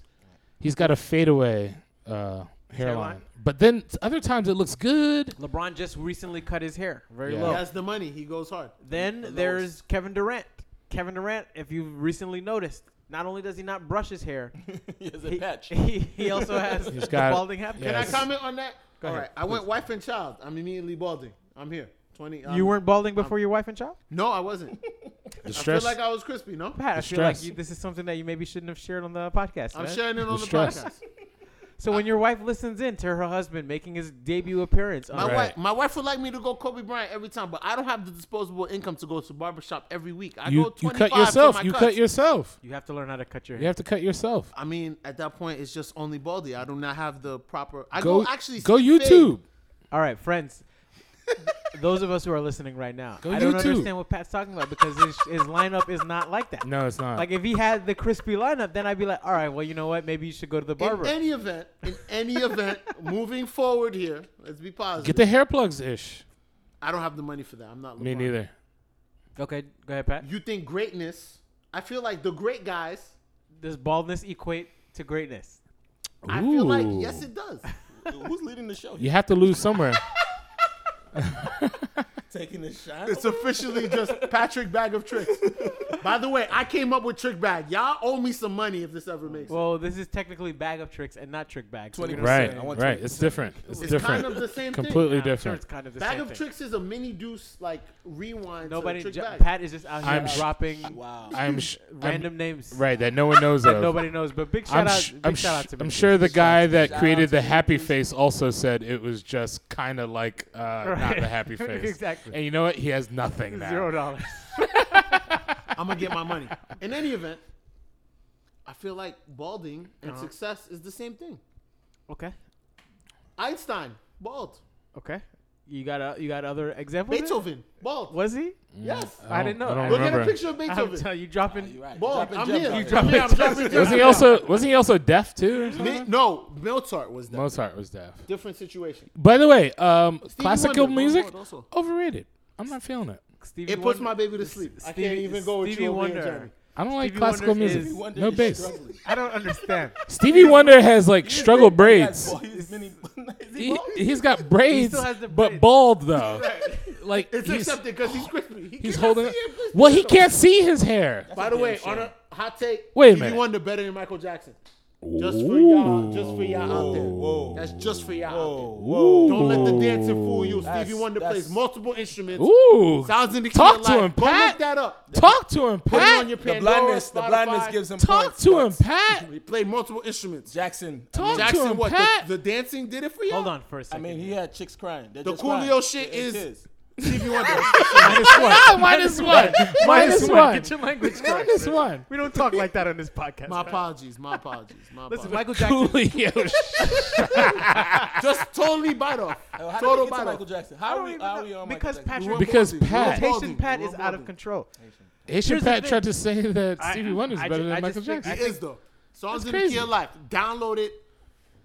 S2: he's got a fadeaway uh, hairline,
S1: Hairline?
S2: but then t- other times it looks good.
S1: LeBron just recently cut his hair very
S2: Yeah.
S1: low.
S3: He has the money. He goes hard.
S1: Then there's Kevin Durant. Kevin Durant, if you've recently noticed, not only does he not brush his hair,
S4: he has a
S1: he,
S4: patch.
S1: he, he also has
S2: He's
S1: the
S2: got-
S1: balding habit.
S2: yeah.
S3: Can
S2: Yes.
S3: I comment on that?
S1: Go
S3: All
S1: ahead,
S3: right, I went wife and child. I'm immediately balding. I'm here. Twenty. um,
S1: You weren't balding before your wife and child?
S3: No, I wasn't.
S2: The
S3: I feel
S2: stress.
S3: like I was crispy. No,
S1: Pat, I
S2: The
S1: feel like
S2: stress.
S1: you, this is something that you maybe shouldn't have shared on the podcast.
S3: I'm
S1: man.
S3: sharing it on the
S2: stress.
S3: podcast.
S1: So when your wife listens in to her husband making his debut appearance, on
S3: My
S2: Right.
S3: wife, my wife would like me to go Kobe Bryant every time, but I don't have the disposable income to go to barbershop every week. I go
S2: you, you
S3: 25
S2: cut
S3: for
S2: yourself.
S3: my
S2: You
S3: cuts.
S2: cut yourself.
S1: you have to learn how to cut your
S2: You
S1: hair.
S2: have to cut yourself.
S3: I mean, at that point, it's just only baldy. I do not have the proper. I
S2: Go
S3: go, actually
S2: go
S3: see Fade.
S2: YouTube.
S1: All right, friends. Those of us who are listening right now,
S2: Go
S1: I don't
S2: YouTube.
S1: understand what Pat's talking about because his, his lineup is not like that.
S2: No, it's not.
S1: Like if he had the crispy lineup, then I'd be like, all right, well, you know what? Maybe you should go to the barber.
S3: In any event, in any event, moving forward here, let's be positive.
S2: Get the hair plugs ish.
S3: I don't have the money for that. I'm not.
S2: Me
S3: LeBron.
S2: neither.
S1: okay, go ahead, Pat.
S3: You think greatness? I feel like the great guys.
S1: Does baldness equate to greatness?
S3: I feel like
S2: Ooh.
S3: yes, it does.
S4: Who's leading the show?
S2: You
S4: Here?
S2: have to lose somewhere.
S4: Taking the shot.
S3: It's officially just Patrick Bag of Tricks. By the way, I came up with Trick Bag. Y'all owe me some money if this ever makes. it.
S1: Well, this is technically bag of tricks and not trick bags. So we
S4: 20%.
S1: don't-
S2: right,
S4: I want
S2: right.
S4: 20%.
S2: It's different. It's,
S3: It's
S2: different.
S3: kind of the same
S2: Completely
S1: I'm sure
S2: different.
S1: it's kind of the
S3: thing. Bag
S1: same
S3: of
S1: thing.
S3: Tricks is a mini deuce like rewind.
S1: Nobody.
S3: To trick
S1: ju-
S3: bag.
S1: Pat is just out here
S2: I'm sh-
S1: dropping
S4: Wow.
S2: I'm sh- I'm-
S1: random names.
S2: right that no one knows of.
S1: Nobody knows. But big shout
S2: I'm,
S1: out.
S2: sh-
S1: big
S2: I'm,
S1: shout out
S2: sh-
S1: to
S2: I'm
S1: Big
S2: sure the guy that
S4: Shout out
S2: created the
S4: to
S2: happy
S4: Mickey.
S2: face also said it was just kind of like uh, not
S1: Right.
S2: the happy face.
S1: Exactly.
S2: And you know what? He has nothing now.
S1: Zero dollars.
S3: I'm gonna get my money. In any event, I feel like balding and success is the same thing.
S1: okay.
S3: Einstein, bald.
S1: Okay. You got a, you got other examples? there?
S3: Beethoven, bald.
S1: Was he?
S3: Yes.
S1: Mm, I didn't know.
S2: I don't
S1: I
S3: Look at a
S2: remember.
S3: picture of
S1: I'm
S3: Beethoven.
S1: telling you, dropping.
S4: You're right.
S3: Bald.
S4: Dropping
S3: I'm
S4: gems
S3: here.
S4: out
S3: I'm
S4: here.
S3: here. I'm dropping gems
S2: Wasn't he
S3: out
S2: also wasn't he also deaf too? or
S3: here.
S2: something?
S3: Mi- No, Mozart was that.
S2: Mozart was deaf.
S3: Different situation.
S2: By the way, um, classical
S3: Wonder,
S2: music
S3: Lord, also.
S2: overrated. I'm not feeling it.
S1: Stevie
S3: It puts
S1: Wonder-
S3: my baby to sleep. I can't
S1: Stevie-
S3: even go with
S1: Stevie
S3: you over here,
S1: Wonder.
S3: Jeremy.
S2: I don't like
S1: Stevie
S2: classical
S1: Wonder
S2: music.
S1: is-
S4: Wonder
S2: no
S4: is
S2: bass.
S4: struggling.
S1: I don't understand.
S2: Stevie Wonder has like struggle braids.
S4: He has many- Is he
S2: He,
S4: bald?
S2: he's got braids,
S1: has the
S2: but
S1: braids.
S2: bald though. Like
S3: It's
S2: he's,
S3: accepted because he's crispy. He
S2: he's
S3: cannot
S2: holding.
S3: see him crispy.
S2: Well, he can't see his hair.
S3: By the way, on a hot take,
S2: Wait a
S3: Stevie
S2: minute.
S3: Wonder better than Michael Jackson. Just for y'all, just for y'all out there.
S4: Whoa.
S3: That's just for y'all. out there.
S4: Whoa.
S3: Don't let the dancing fool you. Stevie
S4: That's-
S3: Wonder plays
S4: that's-
S3: multiple instruments.
S2: Ooh,
S3: Sounds in the key
S2: Talk
S3: of
S2: to
S3: life.
S2: him,
S3: Go
S2: Pat.
S3: look that up.
S2: Talk to him,
S3: Put it on your
S2: Pat.
S3: Pandora,
S4: The blindness, the
S3: Spotify.
S4: blindness gives him
S2: Talk
S4: points.
S2: to him, Pat.
S3: He played multiple instruments.
S4: Jackson. I
S2: Talk
S4: mean,
S2: to
S3: Jackson,
S2: him,
S3: what? the-
S2: Pat.
S3: The, dancing did it for you.
S1: Hold on for a
S4: I
S1: second.
S4: mean, he had chicks crying. They're
S3: The
S4: just
S3: Coolio
S4: crying.
S3: shit
S4: It- it
S3: is-
S4: is.
S3: Stevie Wonder.
S1: minus
S2: Ah, minus one. Minus one.
S1: Get your language correct.
S2: Minus one.
S1: We don't talk like that on this podcast.
S3: my apologies. My apologies. My apologies.
S1: Listen, Michael Jackson.
S2: Coolio.
S3: just totally bite off.
S4: How did
S3: Total
S4: we get to
S3: bite off.
S4: Michael Jackson? How are
S1: don't
S4: we?
S1: even
S4: How are
S1: know.
S4: we on
S1: Because
S4: Michael Jackson?
S1: Patrick-
S2: Because
S3: Balding.
S2: Pat-
S3: We're
S1: Haitian
S3: balding.
S1: Pat
S3: We're
S1: is out of
S3: balding.
S1: control.
S2: Asian
S1: Here's the
S2: Pat
S1: thing.
S2: tried to say that
S1: I-
S2: Stevie
S1: I-
S2: Wonder's
S1: I
S2: better
S1: ju-
S2: than
S1: I
S2: Michael
S1: just think-
S2: Jackson.
S3: He is though. Songs in the
S2: crazy.
S3: key of life. Download it.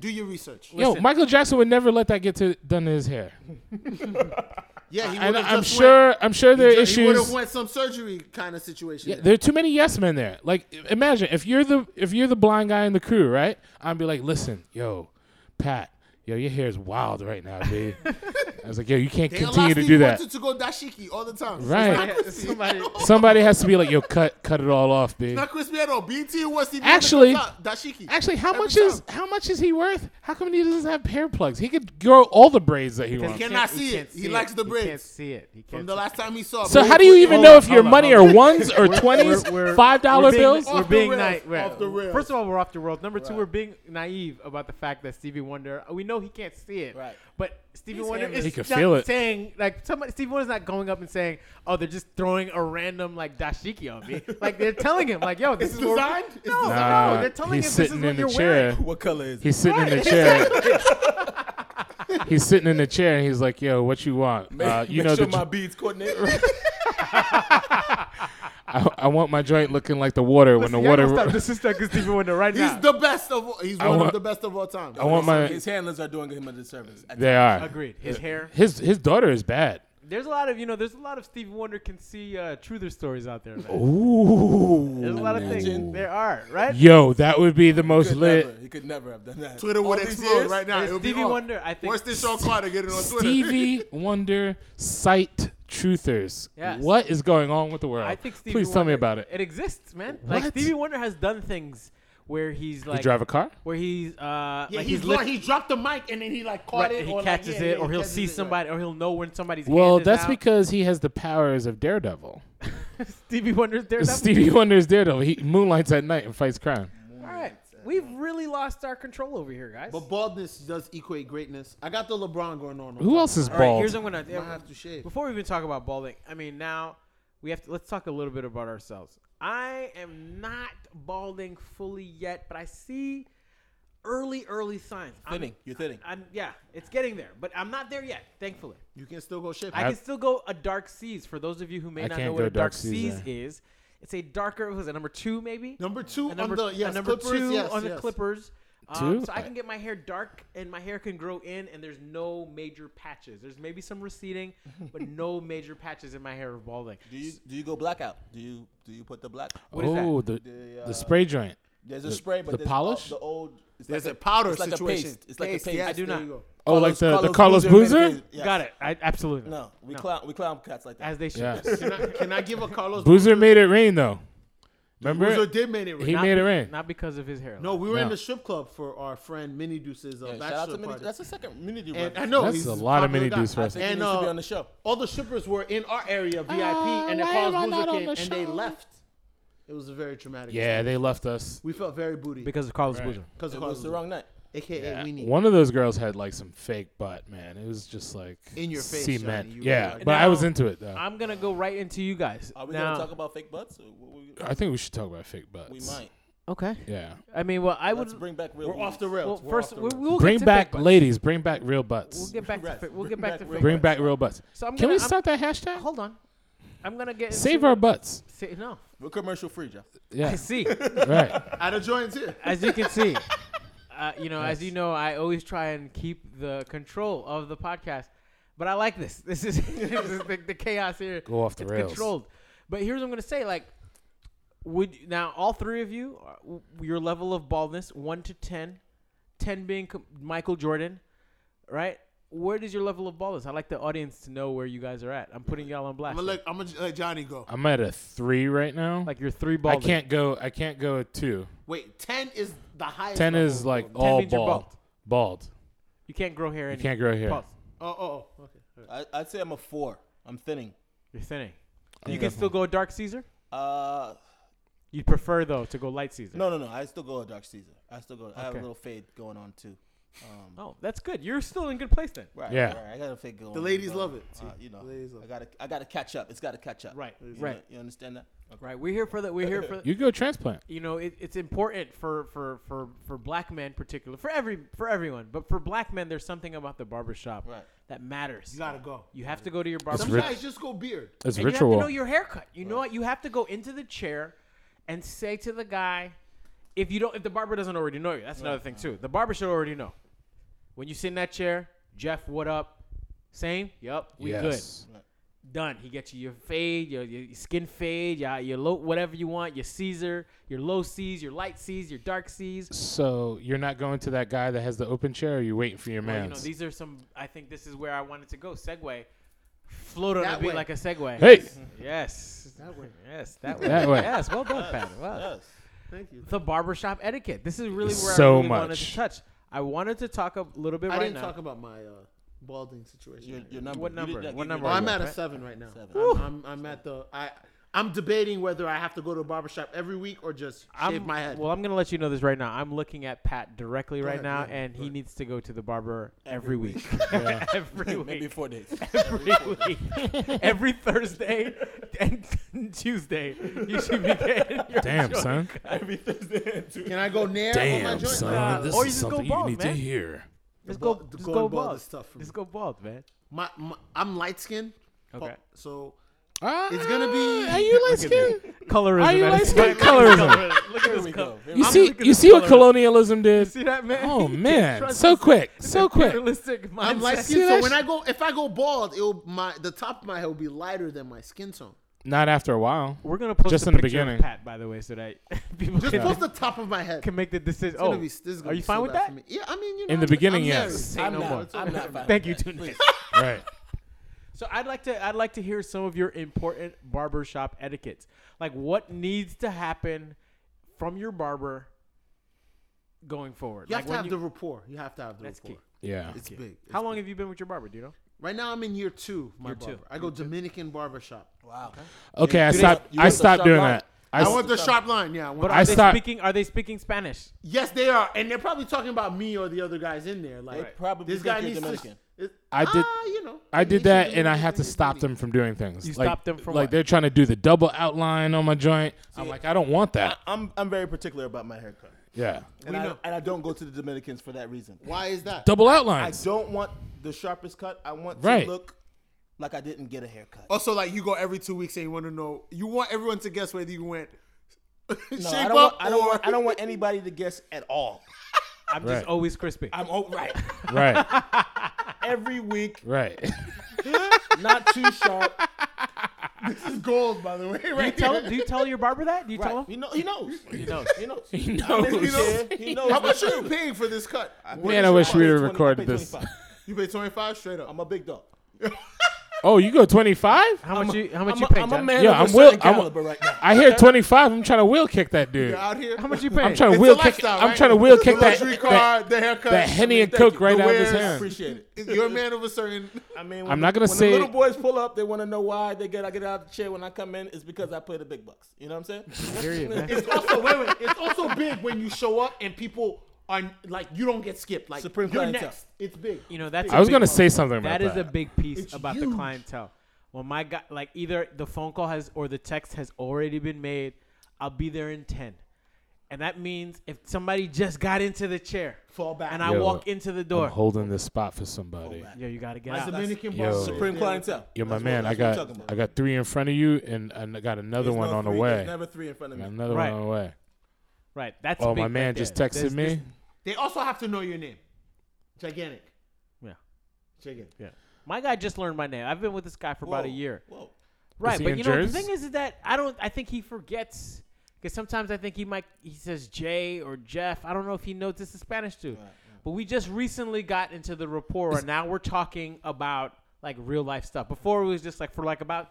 S3: Do your research.
S2: Yo, Michael Jackson would never let that get to done to his hair.
S3: Yeah, he
S2: And
S3: would've
S2: I'm
S3: just
S2: sure, I'm sure there are
S3: Went, He would have
S2: issues.
S3: went some surgery kind of situation.
S2: Yeah, there are too many yes men there. Like, i- imagine if you're the if you're the blind guy in the crew, right? I'd be like, listen, yo, Pat, yo, your hair is wild right now, dude. I was like, yo, you can't
S3: They allow
S2: continue to
S3: Stevie
S2: do that.
S3: Wonder to go dashiki all the time.
S2: Right.
S3: It's not crispy.
S1: Somebody,
S2: Somebody has to be like, yo, cut cut it all off, big.
S3: Not crispy at all. BT and West TV.
S2: Actually-
S3: dashiki.
S2: Actually, how
S3: Every
S2: much is how much is he worth? How come he doesn't have hair plugs? He could grow all the braids that he
S1: Because
S2: wants.
S3: can't-
S1: can't-
S3: see
S1: can't
S3: it. He likes the
S1: He can't
S3: braids.
S1: see it. He can't
S3: From the
S1: see
S3: last time he saw.
S2: So
S3: Blade
S2: how do you
S3: Blade-
S2: even
S1: Hold
S2: know
S1: on,
S2: if your
S1: hold on,
S2: money
S1: hold
S2: are
S1: on.
S2: ones or
S1: We're-
S2: twenties,
S1: we're- we're-
S2: five dollar
S1: we're being-
S2: bills?
S1: We're
S3: Off the
S1: being
S3: rails,
S1: naive.
S3: off the rails.
S1: First of all, we're off the rails. Number two,
S4: Right.
S1: we're being naive about the fact that Stevie Wonder. We know he can't see it,
S4: Right.
S1: But Stevie
S4: He's
S1: Wonder
S4: hammered.
S1: is
S2: He could
S1: not
S2: feel it.
S1: saying like somebody. Stevie Wonder's not going up and saying, "Oh, they're just throwing a random like dashiki on me." like they're telling him, like, "Yo, this
S3: It's
S1: is what-
S3: designed? It's
S1: No,
S2: Nah,
S1: no, they're telling him
S2: he's
S1: this is
S2: sitting
S1: what
S2: in the
S1: you're
S2: chair.
S1: wearing.
S4: What color is it?
S2: He's sitting in the chair. he's sitting in the chair and he's like, "Yo, what you want? Uh, you
S4: Make
S2: know,
S4: sure
S2: the,
S4: my
S2: jo-
S4: beads coordinate.
S2: I, I want my joint looking like the water when
S1: Listen,
S2: the
S1: y'all gotta
S2: water.
S1: stop disrespecting Stevie Wonder right
S3: He's
S1: now."
S3: the best of. all- He's
S2: I
S3: one
S2: want-
S3: of the best of all time.
S2: I want my.
S4: His handlers are doing him a disservice. I
S2: They are.
S1: Agreed. His hair.
S2: His his daughter is bad.
S1: There's a lot of you know. There's a lot of Stevie Wonder can see uh, truther stories out there.
S2: Oh,
S1: Man. There's a
S2: Ooh.
S1: lot of things. There are right.
S2: Yo, that would be the most
S4: could
S2: lit.
S4: never- He could never have done that.
S3: Twitter
S4: All
S3: would
S4: these
S3: explode
S4: years?
S3: right now.
S1: There's
S3: It'll be
S1: Stevie
S3: off.
S1: Wonder, I think-
S3: Worse than Sean Carter getting on Twitter.
S2: Stevie Wonder sight truthers.
S1: Yes.
S2: What is going on with the world?
S1: I think Stevie
S2: Please tell me
S1: Wonder-
S2: about it.
S1: It exists, man. Like
S2: What?
S1: Stevie Wonder has done things where he's like
S2: you drive a car?
S1: where he's uh like
S3: Yeah, he's,
S1: he's,
S3: like
S1: lift-
S3: he dropped the mic and then he like caught
S1: right,
S3: it.
S1: he
S3: or, like,
S1: catches
S3: yeah,
S1: it
S3: yeah,
S1: or
S3: he
S1: he'll
S3: catches
S1: see
S3: it, right.
S1: somebody or he'll know when somebody's
S2: Well,
S1: hand is
S2: that's
S1: out.
S2: because he has the powers of Daredevil.
S1: Stevie Wonder's there. that-
S2: Stevie Wonder's Daredevil. He moonlights at night and fights crime.
S1: All right, we've really lost our control over here, guys.
S3: But baldness does equate greatness. I got the LeBron going on.
S2: Who else is
S1: All right,
S2: bald?
S1: here's what I'm
S3: I
S1: gonna
S3: have to shave.
S1: Before we even talk about balding, I mean, now we have to let's talk a little bit about ourselves. I am not balding fully yet, but I see early, early signs.
S4: Thinning. You're thinning.
S1: I'm, I'm yeah, it's getting there, but I'm not there yet, thankfully.
S3: You can still go shave.
S1: I can still go a dark seas for those of you who may
S2: I
S1: not
S2: can't
S1: know what
S2: go
S1: a dark
S2: dark seas,
S1: seas
S2: yeah.
S1: is. It's a darker. Was it number two maybe?
S3: number two
S1: a number,
S3: on the yes,
S1: a number
S3: Clippers,
S1: two
S3: yes,
S1: on the
S3: yes.
S1: Clippers. Um,
S2: Two?
S1: so I can get my hair dark and my hair can grow in, and there's no major patches. There's maybe some receding, but no major patches in my hair of balding.
S4: Do you do you go blackout? Do you do you put the black?
S1: What is that?
S2: oh, the
S4: The, uh,
S2: the spray joint.
S4: There's a spray, but
S2: the
S4: there's
S2: polish?
S4: All, the old. It's
S3: There's
S4: like
S3: a powder
S4: it's like
S3: situation.
S4: A paste. It's like a paste.
S3: Yes,
S1: I do
S3: there
S1: not.
S3: you go.
S2: Oh, like the the Carlos Boozer.
S4: Yes.
S1: Got it. I absolutely
S4: No, we clown we clown cats like that.
S1: as they should.
S2: Yes.
S3: Can I, can I give a Carlos
S2: Boozer made it rain though. Remember?
S3: Boozer did make it rain.
S2: He
S1: Not
S2: made
S1: be-
S2: it rain.
S1: Not because of his hair.
S3: No, we were in
S2: No.
S3: the strip club for our friend Mini Deuce's uh,
S4: Yeah,
S3: bachelor
S4: shout out to Mini.
S3: party.
S4: That's the second Mini Dude.
S3: and I
S4: reference.
S3: know
S2: That's
S3: he's
S2: a lot of
S3: popular
S2: Mini
S3: guy.
S2: Deuce
S3: I
S4: I
S2: reference.
S4: think
S3: and,
S4: he needs to
S3: uh,
S4: be on the show.
S3: all the strippers were in our area VIP, and then
S2: Uh, why am I
S3: Carlos Boozer
S2: not on
S3: came
S2: the
S3: and they
S2: show?
S3: left. It was a very traumatic.
S2: Yeah,
S3: experience.
S2: they left us.
S3: we felt very booty
S1: because of Carlos
S2: Right.
S1: Boozer.
S3: because
S4: It
S3: of
S4: was
S3: Carlos,
S4: the wrong night.
S3: aka we need.
S2: One of those girls had like some fake butt, man. It was just like
S3: In your face,
S2: cement.
S3: Johnny, you
S2: yeah,
S3: were like-
S2: but I was
S1: Now-
S2: into it though. i
S1: I'm gonna go right into you guys.
S4: Are we
S1: now,
S4: gonna talk about fake butts? Or what we,
S2: think we should talk about fake butts.
S4: we might.
S1: okay.
S2: Yeah,
S1: I mean, well, I would.
S4: Let's bring back real.
S3: We're off the
S1: well,
S3: rails. We're
S1: first,
S3: off the
S1: we,
S3: rails.
S1: we'll
S2: bring
S1: get to
S2: back
S1: fake butts.
S2: ladies. Bring back real butts.
S1: We'll get back to
S4: Bring
S1: fi-
S4: back-
S1: we'll get
S4: bring
S1: back to
S4: back
S1: fake
S2: bring
S1: butts.
S2: back real butts.
S1: So I'm
S2: Can
S1: gonna,
S2: we
S1: I'm-
S2: start that hashtag?
S1: Hold on. I'm gonna get
S2: Save
S1: into-
S2: our butts.
S1: Say, no.
S4: We're commercial free, Jeff.
S1: I
S2: Yeah,
S1: see.
S2: right.
S3: Out of joints here.
S1: As you can see, uh, you know, as you know, I always try and keep the control of the podcast, but I like this. This is, this is the, the chaos here.
S2: Go off the
S1: it's
S2: rails.
S1: Controlled. But here's what I'm gonna say. Like, would now all three of you, uh, w- your level of baldness, one to ten, ten being com- Michael Jordan, right? Where does your level of baldness? I like the audience to know where you guys are at. I'm putting y'all on
S3: I'm
S1: blast.
S3: gonna
S1: here.
S3: let, I'm gonna let Johnny go.
S2: I'm at a three right now.
S1: like your three
S2: I
S1: baldness.
S2: can't go. I can't go at two.
S3: Wait, ten is the highest.
S2: Ten
S3: level.
S2: is like all
S1: means you're
S2: bald.
S1: bald.
S2: Bald.
S1: You can't grow hair.
S2: You can't grow hair.
S3: Oh, oh, oh, okay. all right.
S4: I, I'd say I'm a four. I'm thinning.
S1: You're thinning. You can still go dark Caesar.
S4: Uh,
S1: You'd prefer though to go light Caesar.
S4: no, no, no. I still go with Dark Caesar. I still go. I have a
S1: Okay.
S4: little fade going on too. Um,
S1: Oh, that's good. You're still in good place then.
S4: Right.
S2: Yeah.
S4: Right. I got a fade going.
S3: The ladies
S4: on,
S3: love it,
S4: Uh,
S3: see.
S4: you know,
S3: The ladies love
S4: I gotta, I gotta catch up. It's gotta catch up.
S1: Right.
S4: You
S1: Right.
S4: know- you understand that? Okay.
S1: Right. We're here for the. We're here for.
S2: You go transplant.
S1: you know, it, it's important for for for for black men, particular for every for everyone, but for black men, there's something about the barbershop
S4: Right.
S1: that matters.
S3: You gotta go.
S1: You have to go to your barber.
S3: Some
S2: ri-
S3: guys just go beard.
S2: It's
S1: and
S2: ritual.
S1: You have to know your haircut. You know what? You have to go into the chair and say to the guy, if you don't, if the barber doesn't already know you, that's another thing too. The barber should already know. When you sit in that chair, Jeff, what up? Same. Yup. We
S2: yes.
S1: good. Done. He gets you your fade, your, your skin fade, your, your low, whatever you want, your Caesar, your low C's, your light C's, your dark C's.
S2: So you're not going to that guy that has the open chair. Or you waiting for your
S1: Well, you
S2: man.
S1: know, these are some. I think this is where I wanted to go. Segway. Float on
S3: That
S1: a beat
S3: way.
S1: like a Segway.
S2: hey,
S1: Yes. That way. Yes, that way.
S2: That way.
S1: Yes, well done, Pat. Well,
S4: Yes.
S3: Thank you.
S1: the barbershop etiquette. This is really where I
S2: So
S1: really wanted to
S2: much.
S1: touch. I wanted to talk a little bit
S3: I
S1: right
S3: didn't
S1: now.
S3: talk about my uh, balding situation.
S4: Your,
S3: right
S4: your
S3: now.
S4: number.
S1: What
S4: You
S1: number?
S4: did not
S1: What
S4: give
S1: number
S4: your
S3: Well, I'm
S1: you
S3: at a
S1: right?
S3: seven right now.
S4: Seven.
S3: I'm, I'm, I'm at the I. I'm debating whether I have to go to a barbershop every week or just
S1: I'm,
S3: shave my head.
S1: Well, I'm gonna let you know this right now. I'm looking at Pat directly right
S3: ahead,
S1: now,
S3: go ahead,
S1: and
S3: go
S1: he
S3: ahead.
S1: needs to go to the barber every, week. every week.
S4: Maybe four days.
S1: every week. every Thursday and Tuesday. You should be getting your
S2: damn
S1: joint
S2: son.
S4: Every Thursday and Tuesday.
S3: Can I go nair on my
S2: Damn
S3: joint?
S2: son.
S1: Nah.
S2: This
S1: Or you
S2: is
S1: just go
S2: something you
S1: bald,
S2: need to
S1: man.
S2: hear.
S1: Just go,
S3: bald- the
S1: just
S3: going
S1: go
S3: bald
S1: bald.
S3: is tough for me.
S1: Just go bald, man.
S3: My, my, I'm light skinned.
S1: Okay.
S3: So
S2: It's
S3: gonna be-
S2: Ah, Are you
S1: Look
S2: light
S1: at
S2: skinned?
S1: Colorism.
S2: Are you
S1: at its
S2: light-skinned?
S1: finest. Colorism.
S2: Colorism.
S1: Look at this
S4: we
S1: color.
S4: go. Here
S2: You
S4: I'm
S2: see,
S1: looking
S2: you
S1: at
S2: see what
S1: colorism.
S2: colonialism did.
S1: See that man?
S2: Oh man,
S1: trust
S2: so
S1: this-
S2: quick, so quick.
S1: Realistic mindset.
S3: I'm light
S2: See
S3: skinned.
S2: that
S3: So when
S2: sh-
S3: I go, if I go bald, it'll my the top of my head will be lighter than my skin tone.
S2: Not after a while.
S1: We're gonna post
S2: Just
S1: a
S2: in the
S1: picture
S2: beginning.
S1: of Pat, by the way, so that people
S3: Just
S1: can,
S3: post the top of my head.
S1: can make the decision.
S3: It's
S1: Oh,
S3: gonna be- this is gonna
S1: are
S3: be
S1: you fine
S3: so
S1: with
S3: bad
S1: that?
S3: for me. Yeah, I mean, you know,
S2: In the
S3: I'm-
S2: beginning,
S3: I'm
S2: yes.
S3: married.
S1: Say
S4: I'm
S1: no
S4: not.
S1: more.
S4: I'm not fine
S1: Thank you,
S4: with that.
S1: Tunis.
S4: Please.
S2: Right.
S1: So I'd like to I'd like to hear some of your important barbershop etiquettes. Like what needs to happen from your barber going forward.
S3: You
S1: like
S3: have to
S1: when
S3: have
S1: you-
S3: the rapport. You have to have the
S1: That's
S3: rapport.
S1: key.
S2: Yeah.
S3: It's big. It's
S1: How long have you been with your barber? Do you know?
S3: Right now, I'm in year two. of My
S1: Year two.
S3: barber. I go Dominican barber shop.
S4: Wow.
S2: Okay, I
S4: You
S2: stopped.
S4: want the- you
S2: I
S4: want the
S2: stopped
S4: sharp
S2: doing
S4: line.
S2: that. I,
S3: I
S2: s-
S3: want the sharp line. Yeah. I want
S1: But
S3: the-
S1: are
S2: I
S1: they
S2: start-
S1: speaking? Are they speaking Spanish?
S3: yes, they are, and they're probably talking about me or the other guys in there. Like
S4: They probably
S3: this
S4: think
S3: guy
S4: you're
S3: needs
S4: Dominican.
S3: to. It,
S2: I did-
S3: ah, you know.
S2: I
S3: He
S2: did
S3: should
S2: that,
S3: be
S2: and I
S3: Dominican,
S2: had to
S3: he's
S2: stop
S3: Dominican.
S2: them from doing things.
S1: You
S2: like,
S1: stopped them from
S2: like
S1: what?
S2: they're trying to do the double outline on my joint. I'm like, I don't want that.
S4: I'm I'm very particular about my haircut,
S2: Yeah,
S4: and I, and I don't go to the Dominicans for that reason.
S3: Why is that?
S2: double
S4: I
S2: outlines.
S4: don't want the sharpest cut. I want
S2: Right.
S4: to look like I didn't get a haircut.
S3: Also, like you go every two weeks, and you want to know. You want everyone to guess whether you went shape
S4: No, I don't,
S3: up
S4: want, I, don't
S3: or
S4: want, I don't want anybody to guess at all.
S1: I'm
S2: Right.
S1: just always crispy.
S4: I'm all right.
S2: right,
S4: Every week,
S2: right.
S4: not too sharp.
S3: This is gold, by the way. Right
S1: do you tell
S3: here.
S1: him? Do you tell your barber that? Do you tell
S4: He,
S1: him?
S4: know, he knows. He knows. He knows.
S2: he knows.
S4: He knows. He knows.
S3: How much are you paying for this cut?
S2: Man, I wish we would have recorded
S4: I pay
S2: this.
S4: 25.
S3: You pay twenty five straight up.
S4: I'm a big dog.
S2: Oh, you go 25?
S1: How much you? How much
S4: I'm
S1: you
S4: a,
S1: pay?
S4: I'm a
S1: John?
S4: man
S2: Yo,
S4: of
S2: I'm
S4: a
S2: Will-
S4: certain
S2: I'm a-
S4: caliber right now.
S2: I hear 25. I'm trying to wheel kick that dude.
S3: You're out here.
S1: How much you paying?
S2: I'm trying to
S3: It's
S2: wheel
S3: a
S2: kick.
S3: lifestyle,
S2: I'm
S3: right?
S2: trying to wheel
S3: The
S2: kick that,
S3: luxury
S2: that.
S3: car, the haircut,
S2: that Henny and
S3: thank you.
S2: Coke right
S3: The
S2: out of his
S3: wares.
S2: hand.
S4: Appreciate it.
S3: You're a man of a certain.
S4: I mean,
S2: I'm
S4: when
S2: not
S4: the-
S2: gonna
S4: when
S2: say-
S4: the little boys pull up, they want to know why they get I get out of the chair when I come in. It's because I play the big bucks. You know what I'm saying?
S1: Period, man.
S3: It's also wait, wait. It's also big when you show up and people are like you don't get skipped. Like
S4: Supreme
S3: you're
S4: clientele.
S3: next. It's big.
S1: You know that's.
S2: I was
S1: going
S2: gonna say something about
S1: That is a
S2: that.
S1: big piece
S3: It's
S1: about the
S3: huge.
S1: clientele. When my guy, like either the phone call has or the text has already been made, I'll be there in ten, and that means if somebody just got into the chair,
S3: Fall back.
S1: and I
S2: Yo,
S1: walk into the
S2: I'm
S1: door,
S2: holding this spot for somebody.
S1: yo, you gotta get
S3: As
S1: out.
S3: a Dominican
S2: Yo.
S3: barber.
S4: Supreme clientele.
S2: Yo, my
S4: Oh, That's what-
S2: man, I
S4: that's what I'm
S2: got
S4: talking about.
S2: I got three in front of you, and, and I got another
S4: There's
S2: one
S4: no
S2: on the
S4: three,
S2: way.
S4: There's never three in front of
S2: Got
S4: me.
S2: another
S1: Right.
S2: one on the way.
S1: Right, that's.
S2: Oh,
S1: big
S2: my
S1: right
S2: man just
S1: there.
S2: texted
S1: There's-
S2: me.
S1: there's-
S3: They also have to know your name. Gigantic.
S1: Yeah.
S3: Gigantic.
S1: Yeah. My guy just learned my name. I've been with this guy for about a
S4: Whoa,
S1: year.
S4: Whoa.
S1: Right,
S2: he
S1: but
S2: in
S1: you know
S2: Jersey?
S1: the thing is, is that I don't. I think he forgets because sometimes I think he might. He says Jay or Jeff. I don't know if he knows this is Spanish too. But we just recently got into the rapport, and now we're talking about like real life stuff. Before it was just like for like about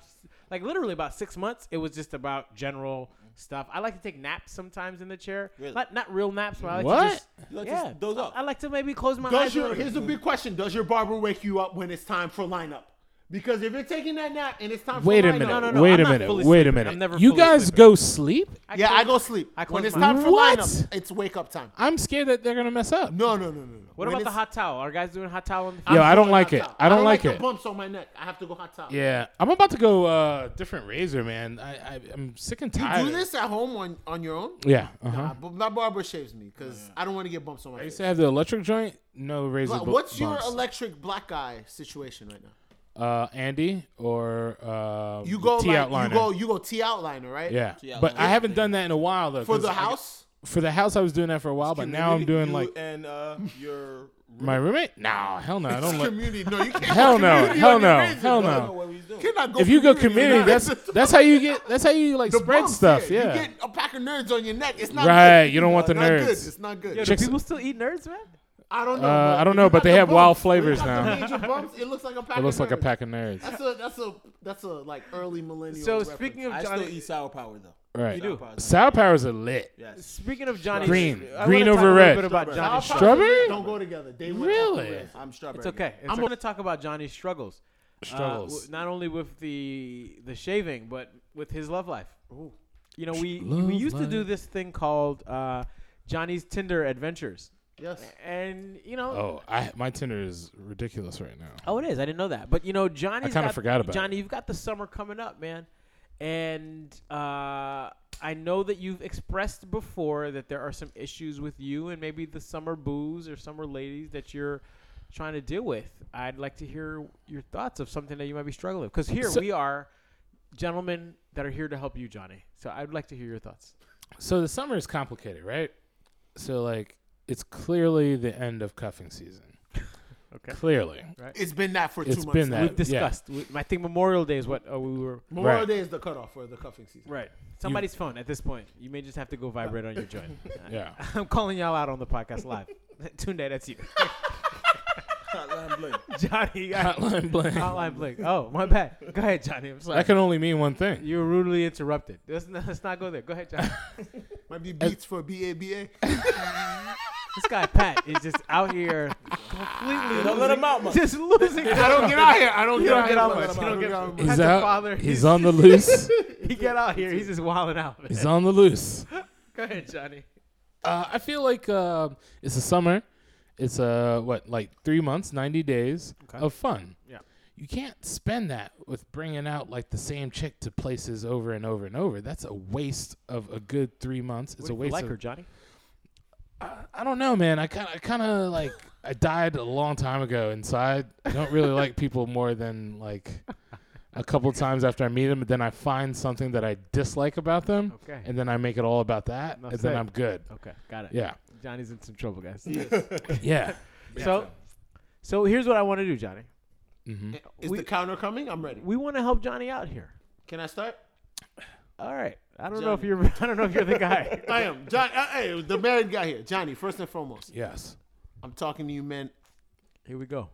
S1: like literally about six months. It was just about general stuff. I like to take naps sometimes in the chair.
S4: Really?
S1: Not not real naps, but I like
S2: What?
S1: to just
S4: You like to
S1: yeah.
S4: s- doze off.
S1: I like to maybe close my eyes.
S3: Does
S1: a
S3: your
S1: little bit.
S3: here's a big question. Does your barber wake you up when it's time for lineup? Because if you're taking that nap and it's time for
S2: Wait a
S3: lineup,
S2: minute.
S1: No, no, no,
S2: Wait
S1: I'm
S2: a
S1: not
S2: minute.
S1: fully
S2: Wait a
S1: sleeping. I'm
S2: minute.
S1: never
S2: You
S1: fully
S2: guys
S1: sleeping.
S2: go sleep?
S3: Yeah,
S1: close-
S3: I go sleep.
S1: I
S3: when
S1: close
S3: it's
S1: my
S3: time for
S2: What?
S3: lineup, it's wake up time.
S2: I'm scared that they're gonna mess up.
S3: No, no, no, no, no.
S1: What about the hot towel? Are guys doing hot towel on the
S2: Yo, I don't
S3: going
S2: like
S3: hot
S2: it.
S3: towel.
S2: I don't like
S3: the
S2: it.
S3: Bumps on my neck. I have to go hot towel.
S2: Yeah, I'm about to go uh different razor, man. I, I I'm sick and
S3: You
S2: tired.
S3: do this at home on, on your own?
S2: Yeah. Uh huh.
S3: Uh, but my barber shaves me because I don't want to get bumps on my
S2: I
S3: face.
S2: used to have the electric joint. No razor.
S3: Like,
S2: bu-
S3: What's your
S2: bumps.
S3: electric black eye situation right now?
S2: uh Andy or uh
S3: You go
S2: T
S3: like,
S2: outliner?
S3: you go you go T outliner, right?
S2: yeah,
S4: T-outliner.
S2: but I haven't done that in a while though.
S3: For
S2: 'cause
S3: the
S2: I-
S3: house,
S2: for the house, I was doing that for a while, but now I'm doing
S4: You
S2: like
S4: and uh, your
S2: my roommate. No, hell no, I don't like.
S3: community. No, you can't.
S2: Hell
S3: go
S2: no,
S3: community
S2: hell
S3: on your
S2: no,
S3: razor,
S2: hell
S3: bro.
S4: I
S2: no.
S4: don't know what he's doing.
S3: You cannot go
S2: If you go
S3: on
S2: community,
S3: your
S2: that's
S3: razor.
S2: that's how you get. That's how you like
S3: The
S2: spread
S3: bumps,
S2: stuff.
S3: yeah.
S2: Yeah.
S3: you get a pack of nerds on your neck. It's not
S2: Right,
S3: Good.
S2: you don't want the
S3: Not good.
S2: nerds.
S3: It's not good.
S1: Yo, do
S2: Chicks-
S1: people still eat nerds, man?
S3: I don't know.
S2: Uh,
S3: but
S2: I don't
S3: if
S2: know,
S3: you
S2: but
S3: got
S2: they
S3: the
S2: have wild
S3: bumps- when you
S2: flavors
S3: got the
S2: now.
S3: major bumps, it looks like a pack.
S2: It looks like a
S3: nerds.
S2: pack of nerds.
S3: That's a that's a that's a like early millennial.
S1: So
S3: reference.
S1: speaking of
S4: I still
S1: Johnny, E.
S4: eat sour power though.
S2: Right.
S1: You do.
S2: Sour powers are lit.
S4: Yes.
S1: speaking of Johnny,
S2: Green.
S1: I wanna
S2: Green
S1: talk
S2: over
S1: a little
S2: red.
S1: bit about
S4: Strawberry.
S1: Johnny's
S3: Our
S1: struggles.
S2: Strawberry?
S3: powers Don't go together. They went
S2: Really?
S3: after us.
S4: I'm strawberry.
S1: It's okay. It's I'm
S3: I'm
S1: going to talk about Johnny's struggles. Uh,
S2: Struggles.
S1: w- not only with the the shaving, but with his love life.
S3: Ooh.
S1: You know, we
S2: Love
S1: we used to do
S2: life.
S1: this thing called uh, Johnny's Tinder Adventures,
S3: Yes.
S1: and you know,
S2: Oh, I my Tinder is ridiculous right now.
S1: Oh, it is. I didn't know that. But you know, Johnny's
S2: kinda
S1: got-
S2: forgot about
S1: Johnny. You've got the summer coming up, man, and uh, I know that you've expressed before that there are some issues with you and maybe the summer booze or summer ladies that you're trying to deal with. I'd like to hear your thoughts of something that you might be struggling with, because here
S2: So-
S1: we are, gentlemen that are here to help you, Johnny. So I'd like to hear your thoughts.
S2: So the summer is complicated, right? So like it's clearly the end of cuffing season.
S1: Okay.
S2: Clearly.
S3: It's been that for two
S2: It's
S3: months.
S2: been
S3: now.
S2: that.
S1: We've discussed. We, I think Memorial Day is what uh, we were.
S3: Memorial
S2: Right.
S3: Day is the cutoff for the cuffing season.
S1: Right. Somebody's phone at this point. You may just have to go vibrate on your joint.
S2: Yeah.
S1: I'm calling y'all out on the podcast live. Tunde, that's you.
S4: Hotline Bling.
S1: Johnny. I-
S2: Hotline bling.
S1: Hotline Bling. Oh, my bad. Go ahead, Johnny. I'm sorry.
S2: That can only mean one thing.
S1: you were rudely interrupted. Let's not, let's not go there. Go ahead, Johnny.
S4: Might be beats for B A B A.
S1: this guy Pat is just out here completely.
S4: Don't let
S1: losing-
S4: him out much.
S1: Just losing.
S3: I don't get out here. I don't get
S1: don't
S3: out
S1: get
S3: here.
S1: out
S3: much.
S1: much. You
S3: I
S1: don't
S3: don't
S1: get
S3: get
S1: out
S3: out much.
S1: much.
S2: He's
S1: That's a
S2: out.
S1: father.
S2: He's on the loose.
S1: he get out here. He's just wilding out. man.
S2: He's on the loose.
S1: Go ahead, Johnny.
S2: Uh, I feel like uh, it's the summer. It's uh what like three months, ninety days
S1: Okay.
S2: of fun.
S1: Yeah.
S2: You can't spend that with bringing out like the same chick to places over and over and over. That's a waste of a good three months. It's a waste.
S1: like
S2: of,
S1: her, Johnny.
S2: I, I don't know, man. I kind of, I kind of like I died a long time ago, and so I I don't really like people more than like a couple times after I meet them. But then I find something that I dislike about them,
S1: Okay.
S2: and then I make it all about that,
S1: Enough
S2: and then
S1: said.
S2: I'm good.
S1: Okay, got it.
S2: Yeah,
S1: Johnny's in some trouble, guys.
S2: yeah.
S1: So, so here's what I want to do, Johnny.
S2: hmm
S1: Mm.
S3: Is
S1: We-
S3: the counter coming? I'm ready.
S1: We want to help Johnny out here.
S3: Can I start?
S1: All right. I don't know if you're. I don't know if you're the guy.
S3: I am. John, uh, hey, the married guy here. Johnny, first and foremost,
S2: Yes.
S3: I'm talking to you, man.
S1: Here we go.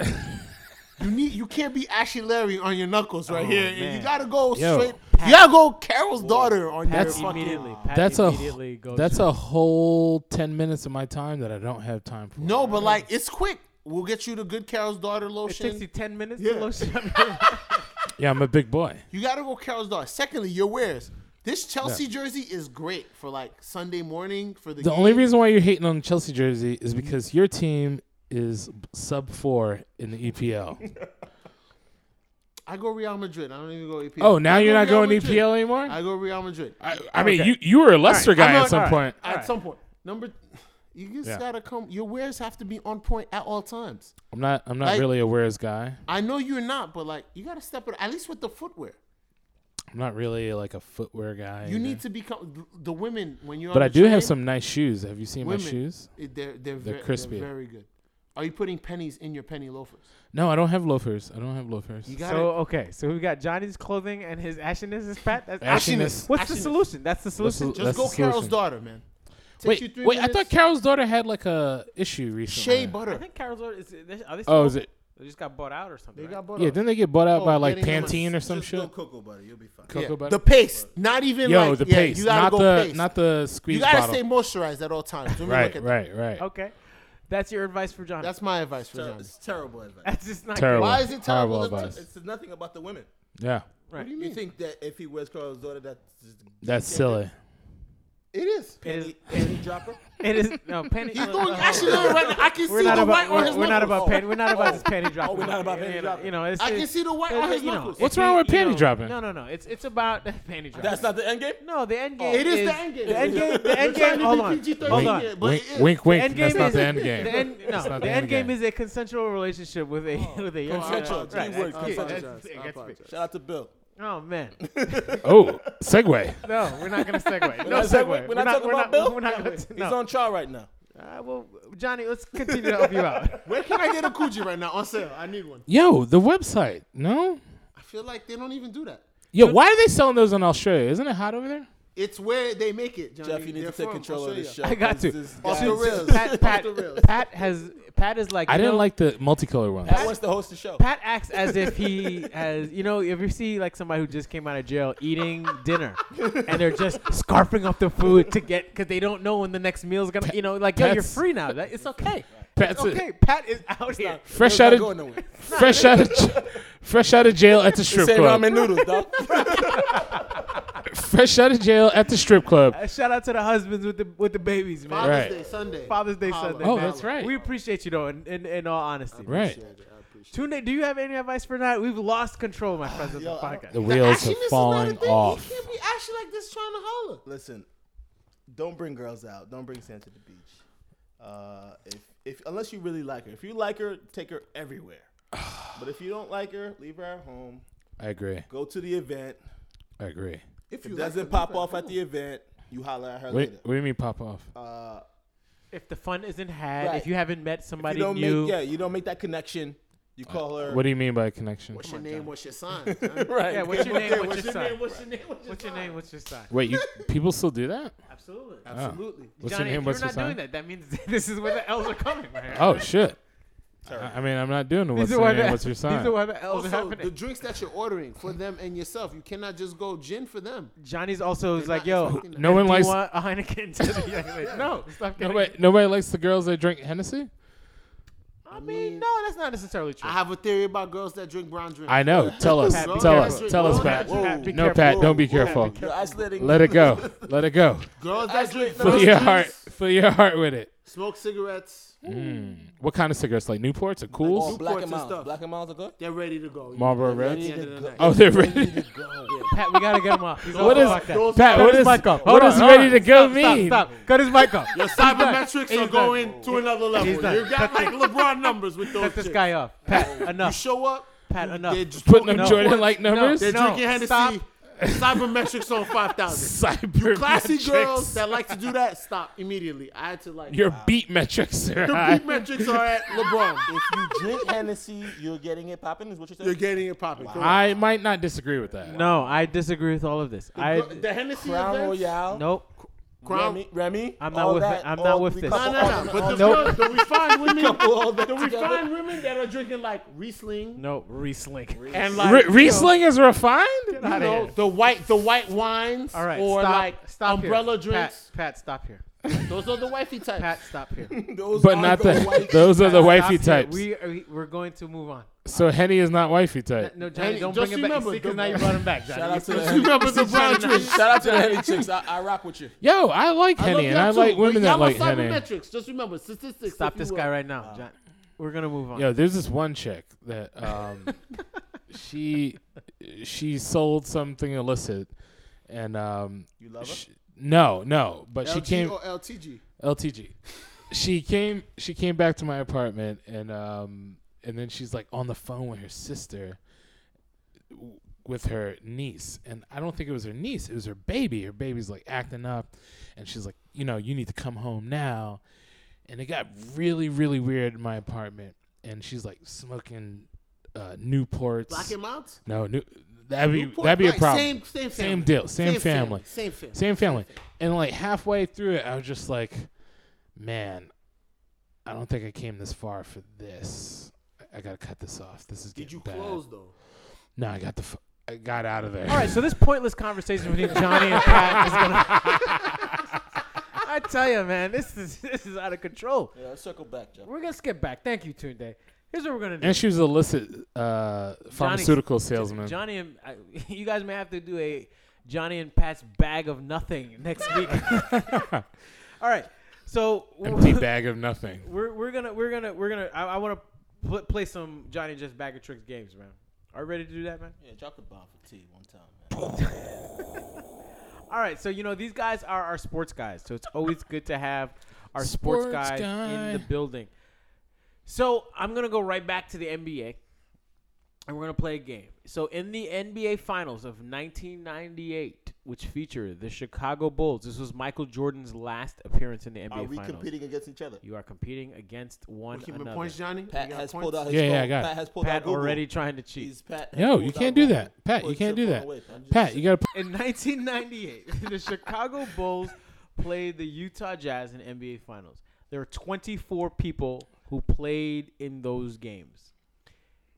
S3: You need. You can't be Ashy Larry on your knuckles right here.
S1: man.
S3: You gotta go
S2: Yo.
S3: straight. You gotta go Carol's daughter on your
S2: That's-
S3: fucking.
S1: immediately. Pat
S2: That's a-
S1: immediately goes
S2: That's a whole 10 minutes of my time that I don't have time for.
S3: No, but like it's quick. We'll get you the good Carol's daughter
S1: It takes you
S3: lotion.
S1: ten minutes
S3: Yeah.
S1: to lotion up.
S2: Yeah, I'm a big boy.
S3: You gotta go Carol's daughter. Secondly, your wears. This Chelsea jersey is great for like Sunday morning for the.
S2: The
S3: game.
S2: only reason why you're hating on the Chelsea jersey is because your team is sub 4 in the E EPL.
S3: I go Real Madrid. I don't even go EPL.
S2: Oh, now
S3: I
S2: you're
S3: go
S2: not
S3: Real
S2: going
S3: Madrid.
S2: EPL anymore? I,
S3: I go Real Madrid.
S2: I, mean, you, you were a Leicester
S3: I'm
S2: guy
S3: not-
S2: at some
S3: all
S2: point.
S3: At
S1: right.
S3: some point, number you just
S2: Yeah.
S3: gotta come. Your wares have to be on point at all times.
S2: I'm not I'm not
S3: Like-
S2: really a Wears guy.
S3: I know you're not, but like you gotta step it at least with the footwear.
S2: I'm not really like a footwear guy.
S3: You
S2: either.
S3: need to become the women when you're.
S2: But
S3: on
S2: I
S3: the
S2: do have
S3: train,
S2: some nice shoes. Have you seen
S3: women.
S2: my shoes?
S3: it- They're they're, ver-
S2: crispy.
S3: They're very good. Are you putting pennies in your penny loafers?
S2: No, I don't have loafers. I don't have loafers.
S3: You gotta.
S1: So okay, so we got Johnny's clothing and his ashiness is Pat. That's
S2: Ashiness.
S1: What's the
S3: Ashiness.
S1: solution? That's the solution.
S2: the-
S3: just
S2: that's
S3: go
S2: the
S3: Carol's
S2: solution.
S3: daughter, man. Takes
S2: Wait,
S3: you
S2: wait,
S3: three
S2: I thought
S3: minutes.
S2: Carol's daughter had like a issue recently.
S3: Shea Butter.
S1: I think Carol's order is. Are they still
S2: Oh, is it?
S1: They just got bought out or something.
S3: they
S1: right?
S3: got bought
S2: Yeah,
S3: out.
S2: didn't they get bought out
S3: Oh,
S2: by like
S3: getting them a-
S2: Pantene or some
S4: Just go
S2: shit?
S4: cocoa butter. You'll be fine.
S2: Cocoa
S3: Yeah,
S2: butter.
S3: The paste, not even
S2: Yo,
S3: like
S2: the
S3: yeah,
S2: paste,
S3: you gotta
S2: not
S3: go
S2: the
S3: paste.
S2: not the squeeze
S3: you gotta
S2: bottle.
S3: stay moisturized at all times. Let me look
S2: right,
S3: at that.
S2: right, right.
S1: Okay, that's your advice for Johnny. That's,
S3: That's my advice for
S4: Ter-
S3: Johnny.
S4: it's terrible advice.
S1: just not
S2: Terrible.
S3: Why is it terrible?
S2: Horrible
S3: Let's-
S2: advice.
S4: It's nothing about the women.
S2: Yeah,
S1: Good. Right.
S3: do you
S4: You think that if he wears Carl's daughter, that's just
S2: that's silly.
S3: It is.
S4: panty, panty dropper?
S1: It is no panty.
S3: He's
S1: no,
S3: going
S1: no,
S3: actually look right now. I can
S1: We're
S3: see
S1: not
S3: the
S1: about.
S3: white on
S1: We're,
S3: his
S1: we're not about
S3: knuckles.
S1: panty. We're not about this panty dropping.
S4: we're not about panty
S1: You know,
S4: dropping.
S1: You know, it's,
S3: I can
S1: it's-
S3: see the white
S1: uh,
S3: on his
S1: you know,
S3: knuckles.
S2: What's
S1: if
S2: wrong
S1: you-
S2: with
S1: you
S2: panty
S1: know-
S2: dropping?
S1: No, no, no. It's it's about panty dropping.
S4: That's not the end game?
S1: No, the end game.
S3: It is the end game.
S1: The end
S3: It's
S1: game.
S3: just-
S1: The end
S3: We're trying
S1: game.
S3: to
S1: Hold
S3: be
S1: on.
S3: PG-13
S1: Hold
S3: here,
S1: on.
S3: but
S2: Wink,
S3: it is.
S2: wink,
S1: The
S2: wink.
S1: end
S2: That's
S1: game
S2: not
S1: is
S2: the end game.
S1: The end, no,
S2: That's not
S1: the
S2: the
S1: end
S2: end
S1: game
S2: game.
S1: is a consensual relationship with a with a young
S4: Consensual.
S1: girl.
S4: Three
S1: Right,
S4: words,
S1: that's-
S4: consensual.
S1: that's-
S4: I
S1: that's-
S4: apologize. Shout out to Bill.
S1: Oh man,
S2: Oh, segue.
S1: no, we're not gonna segue. No
S4: not
S1: segue.
S4: segue- we're not talking
S1: we're not,
S4: about Bill?
S1: We're not gonna.
S4: He's
S1: No.
S4: on trial right now.
S1: Uh, well, Johnny, let's continue to help you out.
S3: Where can I get a coochie right now on sale? I need one.
S2: Yo, the website. No.
S3: I feel like they don't even do that.
S2: Yo, why are they selling those in Australia? Isn't it hot over there?
S3: It's where they make it, Johnny.
S4: Jeff, you need
S3: They're
S4: to take
S3: from
S4: control of
S3: Australia.
S4: this show.
S1: I got
S4: 'cause
S1: to.
S4: this
S3: Off
S4: guy-
S3: the rails.
S1: Pat, Pat,
S3: Off the rails.
S1: Pat has Pat is like.
S2: I
S1: you
S2: didn't
S1: know,
S2: like the multicolor ones.
S4: Pat wants to host the show.
S1: Pat acts as if he has, you know, if you see like somebody who just came out of jail eating dinner, and they're just scarfing up the food to get because they don't know when the next meal's gonna, you know, like yo, you're
S2: Pat's-
S1: free now. That, it's okay.
S2: Pat's
S1: it's
S2: a-
S1: okay. Pat is out here.
S2: Fresh
S4: Bill's
S2: out
S4: not
S2: of
S4: going nowhere.
S2: fresh out of j- fresh out of jail at the strip
S4: Say
S2: club.
S4: ramen noodles, dog.
S2: Fresh out of jail at the strip club.
S1: Uh, shout out to the husbands with the with the babies, man.
S3: Father's
S2: Right.
S3: Day Sunday.
S1: Father's Day
S3: Holla.
S1: Sunday.
S2: Oh,
S1: man.
S2: that's right.
S1: We appreciate you though, in, in, in all honesty.
S2: Right.
S1: Tune in. Do you have any advice for that? We've lost control, my friends, of the podcast.
S2: The wheels
S3: Ashiness
S2: are
S3: is not a
S2: falling
S3: thing.
S2: off.
S3: He can't be ashy like this trying to holler.
S4: Listen, don't bring girls out. Don't bring Sam to the beach. Uh, if, if unless you really like her, if you like her, take her everywhere. but if you don't like her, leave her at home.
S2: I agree.
S4: Go to the event.
S2: I agree.
S4: If
S3: you
S4: it
S3: like
S4: doesn't
S3: her,
S4: pop
S3: leave her
S4: off at the event, you holler at her
S2: Wait,
S4: later.
S2: what do you mean pop off?
S4: Uh,
S1: If the fun isn't had, if
S4: Right.
S1: you haven't met
S4: if you
S1: somebody
S4: don't
S1: new,
S4: make yeah, you don't make that connection. You call her.
S2: What do you mean by connection?
S3: What's your name? What's your sign? Johnny?
S4: right.
S1: yeah, what's your name? What's, your sign?
S3: What's your name? What's your
S1: What's your name? What's your sign?
S2: Wait, you, people still do that?
S1: Absolutely.
S3: Absolutely.
S2: What's
S1: Johnny,
S2: your name?
S1: if
S2: What's
S1: you're
S2: your
S1: not doing
S2: sign?
S1: that, that means this is where the L's are coming. Right?
S2: Oh shit! I, I mean, I'm not doing the what's,
S1: These
S2: the
S1: are why
S2: name,
S1: the,
S2: what's your
S1: these
S2: sign.
S1: are why the L's are
S3: Also,
S1: happening.
S3: the drinks that you're ordering for them and yourself, you cannot just go gin for them.
S1: Johnny's also is
S3: They're
S1: like,
S3: not
S1: yo,
S3: expecting that.
S2: no
S1: do
S2: one
S1: you
S2: likes
S1: want a Heineken? To the young lady? no, stop kidding.
S2: nobody, nobody likes the girls that drink Hennessy.
S1: I mean, no, that's not necessarily true.
S3: I have a theory about girls that drink brown drink.
S2: I know. Tell us.
S1: Pat, be
S2: Tell
S1: careful.
S2: us. Tell us,
S1: Whoa,
S2: Pat.
S1: Pat, Pat, be
S2: No,
S1: careful.
S2: Pat. Don't be careful.
S4: You're isolating.
S2: Let it go. Let it go.
S3: Girls that drink
S2: Fill your
S3: Phillies,
S2: heart. Fill your heart with it.
S3: smoke cigarettes,
S2: What kind of cigarettes? Like Newports or
S4: All
S2: Cools?
S4: black
S3: Newports
S4: and
S3: and
S4: miles.
S3: stuff.
S4: Black and miles are good.
S3: they're ready to go.
S2: Marlboro
S3: They're ready
S2: Reds?
S3: at the end of the night.
S2: Oh, they're ready.
S1: Pat, we gotta get him off. He's
S2: What
S1: all
S2: is
S1: fucked up.
S2: Pat?
S1: Cut
S2: What
S1: his
S2: is
S1: mic off.
S2: what
S1: Hold
S2: is
S1: on,
S2: ready
S1: hold
S2: to
S1: on.
S2: go
S1: Stop,
S2: mean?
S1: Stop, stop. Cut his mic off.
S3: Your
S1: He's
S3: cybermetrics are
S1: done.
S3: going to another level.
S1: done.
S3: You got like LeBron numbers with those.
S1: Cut this
S3: chicks.
S1: guy off. Pat,
S3: You
S1: enough.
S3: show up.
S1: Pat, enough.
S3: They're just
S2: Putting
S3: smoking
S1: No.
S2: up Jordan like
S1: No.
S2: numbers.
S3: They're
S1: No,
S3: drinking Hennessy.
S1: stop.
S3: Cybermetrics on five thousand.
S2: Cyber
S3: Classy
S2: metrics.
S3: girls that like to do that stop immediately. I had to like.
S2: Your beat metrics are
S3: Your
S2: high.
S3: beat metrics are at LeBron.
S4: If you drink Hennessy, you're getting it popping. Is what you're saying?
S3: You're getting it popping.
S2: I might not disagree with that.
S1: No, I disagree with all of this. I
S3: the Hennessy
S4: Crown
S3: events?
S4: Royale.
S1: nope.
S3: Crown-
S4: Remy. Remy
S1: I'm not
S4: all
S1: with-
S4: that,
S1: I'm
S4: all-
S1: not with
S4: we
S1: this.
S3: No,
S4: couple
S3: no,
S4: all-
S3: no. But the,
S4: all-
S1: Nope.
S3: real- the refined women,
S4: couple all that
S3: the
S4: together.
S3: refined women that are drinking like Riesling
S1: Nope. Riesling.
S3: and
S2: Re-
S3: like
S2: Riesling is refined.
S3: you
S1: outta
S3: know,
S1: here.
S3: the white the white wines
S1: All right.
S3: or
S1: stop.
S3: like
S1: stop here.
S3: umbrella drinks.
S1: Pat, Pat, stop here.
S3: Those are the wifey types.
S1: Pat, stop here.
S4: Those
S2: But
S4: are
S2: not
S4: the
S2: the.
S4: white-
S2: Those are the
S1: Stop here.
S2: wifey types.
S1: We are, we're going to move on.
S2: So Henny is not wifey type.
S1: No, Johnny,
S3: Hey,
S1: don't
S3: just
S1: bring him back.
S3: remember,
S1: See, 'cause
S3: the-
S1: now you brought him back, Johnny.
S4: Shout out to the
S3: You
S4: Henny-
S3: remember the brown drinks.
S4: shout out to the Henny chicks. I, I rock with you.
S2: Yo, I like
S3: I love
S2: Henny, and
S3: y'all
S2: I
S3: too,
S2: like
S3: but
S2: women that
S3: y'all are
S2: like Henny.
S3: cybermetrics. Just remember statistics.
S1: Stop
S3: if you
S1: this
S3: will.
S1: guy right now, John. We're gonna move on.
S2: Yo, there's this one chick that um, she she sold something illicit, and um,
S4: You love
S2: sh- no, no, but she
S3: LG
S2: came
S3: or LTG.
S2: LTG. She came. She came back to my apartment, and um, and then she's like on the phone with her sister, w- with her niece, and I don't think it was her niece. It was her baby. Her baby's like acting up, and she's like, you know, you need to come home now. And it got really, really weird in my apartment, and she's like smoking uh, Newports.
S3: Black and Mount.
S2: no, new, that'd be
S3: Newport
S2: that'd be a
S3: Light.
S2: problem.
S3: Same, same,
S2: Same
S3: family.
S2: deal, same family.
S3: Same family.
S2: Same family. And like halfway through it, I was just like, man, I don't think I came this far for this. I, I gotta cut this off. This is
S3: Did
S2: getting
S3: you
S2: bad.
S3: close though?
S2: No, I got the. F- I got out of there.
S1: All right, so this pointless conversation between Johnny and Pat is gonna. I tell you, man, this is this is out of control.
S4: Yeah, let's circle back, Jeff.
S1: We're gonna skip back. Thank you, Tune Day. Here's what we're gonna do.
S2: and she was illicit uh, pharmaceutical salesman.
S1: Johnny and I, you guys may have to do a Johnny and Pat's bag of nothing next week. All right, so
S2: Empty bag of nothing.
S1: we're we're gonna we're gonna we're gonna I, I want to pl- play some Johnny Just Bag of Tricks games, man. Are you ready to do that, man?
S4: Yeah, drop the bomb for T one time, man.
S1: All right, so you know these guys are our sports guys, so it's always good to have our sports,
S2: Sports
S1: guys in
S2: guy.
S1: the building. So I'm gonna go right back to the NBA, and we're gonna play a game. So in the NBA Finals of 1998, which featured the Chicago Bulls, this was Michael Jordan's last appearance in the NBA
S4: Are we
S1: Finals.
S4: competing against each other?
S1: You are competing against one
S3: We're keeping
S1: another.
S3: points, Johnny.
S4: Pat
S3: We got
S4: has
S3: points?
S4: pulled out his
S2: Yeah, yeah,
S4: phone.
S2: I got it.
S4: Pat has pulled out
S1: Pat
S4: Google.
S1: already trying to cheat.
S4: He's Pat. has
S2: No,
S4: pulled
S2: you
S4: out
S2: can't do
S4: Google.
S2: that, Pat.
S4: Pull
S2: You can't
S4: your
S2: do
S4: phone
S2: that,
S4: away, Pat. I'm just
S2: Pat.
S4: saying.
S2: You gotta.
S1: In 1998, the Chicago Bulls played the Utah Jazz in NBA Finals. There were 24 people who played in those games.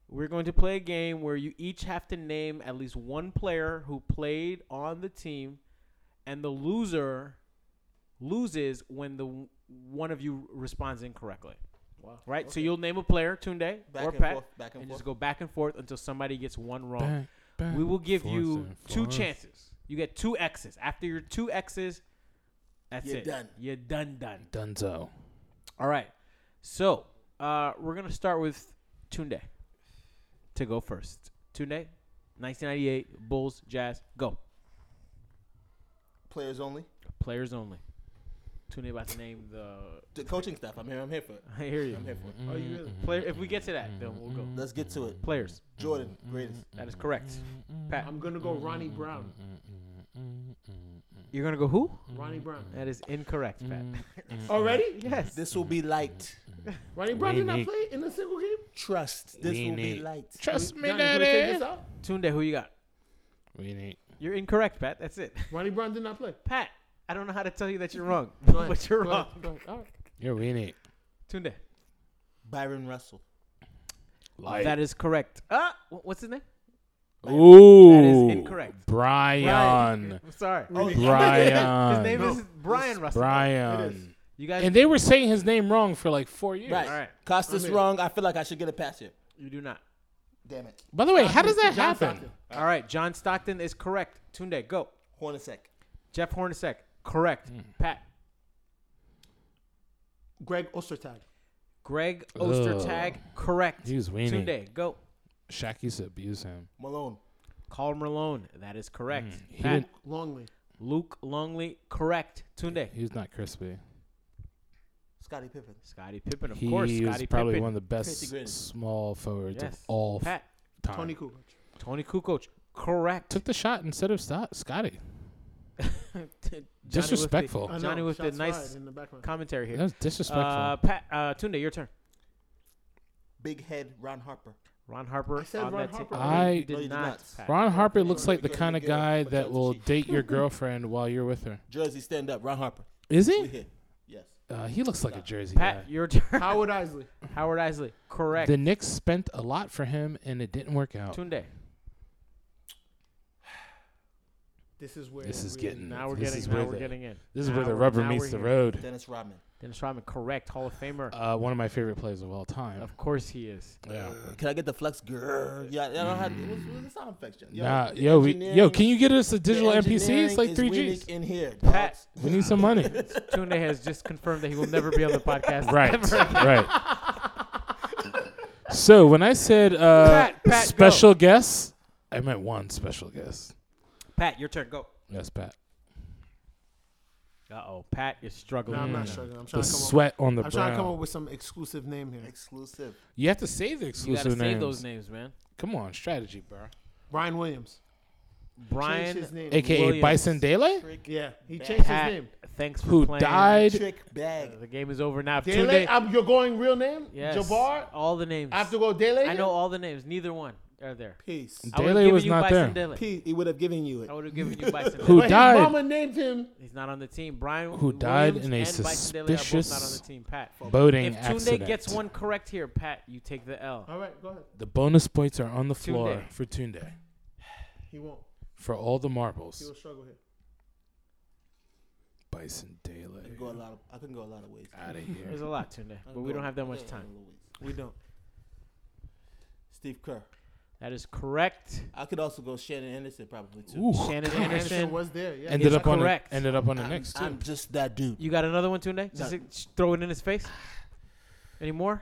S1: We're going to play a game where you each have to name at least one player who played on the team, and the loser loses when the one of you responds incorrectly.
S4: Wow.
S1: Right? So you'll name a player, Tunde
S4: Back
S1: or
S4: and
S1: Pat,
S4: forth, back and
S1: just
S4: forth.
S1: go back and forth until somebody gets one wrong.
S2: Back, back,
S1: We will give
S2: forth,
S1: you
S2: and
S1: two
S2: forth.
S1: chances. You get two X's. After your two X's, that's
S4: You're
S1: it.
S4: done.
S1: You're done. Done.
S2: Dunzo.
S1: All right. So uh, we're gonna start with Tunde to go first. Tunde, 1998 Bulls Jazz. Go.
S4: Players only.
S1: Players only. Tunde about to name the.
S4: The coaching staff. I'm here. I'm here for it.
S1: I hear you.
S4: I'm here for it.
S1: Are
S2: Mm-hmm.
S1: you really? Player. If we get to that, then we'll go.
S4: Let's get to it.
S1: Players.
S4: Jordan,
S2: Mm-hmm.
S4: greatest.
S1: That is correct. Pat,
S3: I'm gonna go Ronnie Brown. Mm-hmm.
S1: you're gonna go who?
S3: Ronnie Brown.
S1: That is incorrect, Pat.
S3: Mm-hmm. Already?
S1: yes.
S4: This will be light.
S3: Ronnie Brown did not
S2: need-
S3: play in a single game.
S4: Trust. This
S2: We
S4: will be
S2: need-
S4: light.
S2: Trust me,
S3: Johnny, can we take this
S2: daddy.
S3: out?
S1: Tunde, who you got?
S2: We need.
S1: You're incorrect, Pat. That's it.
S3: Ronnie Brown did not play.
S1: Pat, I don't know how to tell you that you're wrong,
S3: Go ahead.
S1: but you're
S3: Go
S1: wrong.
S3: ahead. Go ahead. All right.
S2: You're weenie.
S1: Tunde,
S4: Byron Russell.
S2: Light.
S1: That is correct. Uh, wh- what's his name?
S2: Ooh,
S1: That is incorrect.
S2: Brian.
S1: I'm sorry.
S3: Oh,
S2: Brian.
S1: his name
S3: No.
S1: is Brian Russell.
S2: Brian.
S1: You guys.
S2: And they were saying his name wrong for like four years.
S4: Right.
S1: Alright.
S4: Costa's wrong. I feel like I should get a pass here.
S1: you do not.
S3: Damn it.
S2: By the way, how does that
S3: John
S2: happen?
S3: Stockton.
S1: All right. John Stockton is correct. Tunde, go.
S3: Hornacek.
S1: Jeff Hornacek, correct.
S2: Hmm.
S1: Pat.
S3: Greg Ostertag.
S1: Greg Ostertag, correct.
S2: He was weenie.
S1: Tunde, go.
S2: Shaq used to abuse him.
S3: Malone.
S1: Carl Malone, that is correct.
S2: Hmm. He
S1: Pat.
S2: didn't-
S3: Longley.
S1: Luke Longley, correct. Tunde.
S2: He was not crispy.
S3: Scottie Pippen.
S1: Scottie Pippen, of
S2: He
S1: course.
S2: was
S1: Scottie
S2: probably
S1: Pippen.
S2: one of the
S4: Tracy Grady.
S2: best small forwards of
S1: yes.
S2: all
S1: Pat.
S2: time.
S3: Tony Kukoc.
S1: Tony Kukoc, correct.
S2: Took the shot instead of Sto- Scotty.
S1: Johnny
S2: Disrespectful.
S1: With the,
S3: I know,
S1: Johnny with the
S3: shots
S1: nice
S3: fired in the background.
S1: commentary
S2: That
S1: here.
S2: was disrespectful.
S1: Uh, Pat, uh, Tunde, your turn.
S3: Big head Ron Harper.
S1: Ron Harper.
S3: I said
S1: on
S3: Ron
S1: that ticket.
S3: Harper.
S2: I-
S1: You did,
S3: No, you did
S1: not.
S3: not.
S1: Pat.
S2: Ron Harper looks
S3: Ron
S2: like the
S3: Harper
S2: kind of
S3: could get
S2: guy
S3: it, but
S2: that
S3: that's
S2: will
S3: cheap.
S2: date your girlfriend while you're with her.
S4: Jersey, stand up. Ron Harper.
S2: Is
S4: We
S2: he?
S4: here.
S3: Yes.
S2: Uh, he looks like a Jersey guy.
S1: Pat, your turn.
S3: Howard Isley.
S1: Howard Isley, correct.
S2: The Knicks spent a lot for him and it didn't work out.
S1: Tunde.
S3: This is where
S2: This is
S3: we-
S2: getting
S1: Now we're
S2: this
S1: getting.
S2: is
S1: Now
S2: where
S1: we're
S2: the-
S1: getting in.
S2: This is where
S1: Now
S2: the
S1: we're-
S2: rubber
S1: now
S2: meets
S1: we're
S2: the
S1: here.
S2: road.
S4: Dennis Rodman.
S1: Dennis Rodman, correct. Hall of Famer.
S2: Uh, one of my favorite plays of all time.
S1: of course he is.
S2: Yeah.
S4: Can I get the flex? Grrr. Yeah, I don't have. What's, what's the sound effects, John?
S2: Nah,
S4: the
S2: yo, we, yo,
S4: engineering-
S2: can you get us a
S4: the
S2: digital NPC? It's
S4: engineering
S2: like
S4: is
S2: three
S4: really
S2: Gs.
S4: in here. dogs.
S1: Pat.
S2: We need some money.
S1: Tunde has just confirmed that he will never be on the podcast.
S2: Right,
S1: Ever.
S2: right. So when I said uh,
S1: Pat, Pat,
S2: special guest, I meant one special guest.
S1: Pat, your turn. Go.
S2: Yes, Pat.
S1: Uh oh. Pat is struggling.
S3: No, I'm not
S1: right now.
S3: struggling. I'm
S2: The
S3: trying to come
S2: sweat on the
S3: up. I'm trying to come
S2: brow.
S3: up with some exclusive name here.
S4: Exclusive.
S2: You have to say the
S1: You gotta
S2: exclusive
S1: say
S2: names.
S1: those names, man.
S2: Come on, strategy, bro.
S3: Brian Williams. Changed
S1: Brian,
S3: his name.
S2: AKA
S1: Williams.
S2: Bison Dele,
S3: yeah, he
S4: Bad.
S3: changed
S1: Pat,
S3: his name.
S1: thanks for
S2: who
S1: playing.
S2: died.
S4: Trick bag.
S1: The game is over now.
S3: Dele,
S1: Tunde,
S3: I'm, you're going real name?
S1: yes,
S3: Jabbar?
S1: all the names.
S3: I have to go Dele?
S1: I know all the names. Neither one are there.
S3: Peace.
S1: I would've
S2: Dele
S1: given
S2: was
S1: you
S2: not
S1: Bison
S2: there.
S1: Dele.
S3: Peace. He would have given you
S1: I would have given you Bison
S2: Who
S1: Dele.
S3: But
S2: died?
S3: his mama named him.
S1: He's not on the team. Brian,
S2: Who died
S1: Williams
S2: in a
S1: and Bison Dele are both not on
S2: suspicious
S1: the team. Pat.
S2: Boating
S1: If Tunde
S2: accident.
S1: gets one correct here, Pat, you take the L.
S3: All right, go ahead.
S2: The bonus points are on the floor
S1: Tunde.
S2: for Tunde
S3: He won't.
S2: for all the
S3: He
S2: marbles.
S3: will struggle here.
S2: Bison Dele,
S4: I can go a lot of. I can go a lot of ways.
S2: out of
S1: There's
S2: here.
S1: a lot, Tunde, but we don't have that much time.
S3: We don't.
S4: Steve Kerr.
S1: That is correct.
S4: I could also go Shannon Anderson probably too.
S2: Ooh,
S1: Shannon
S2: God.
S1: Anderson.
S3: was there. Yeah.
S2: ended
S1: is
S2: up on the,
S1: correct.
S2: ended up on the
S4: I'm,
S2: Knicks too.
S4: I'm just that dude.
S1: You got another one, Tunde? Just
S4: No.
S1: sh- throw it in his face. Any more?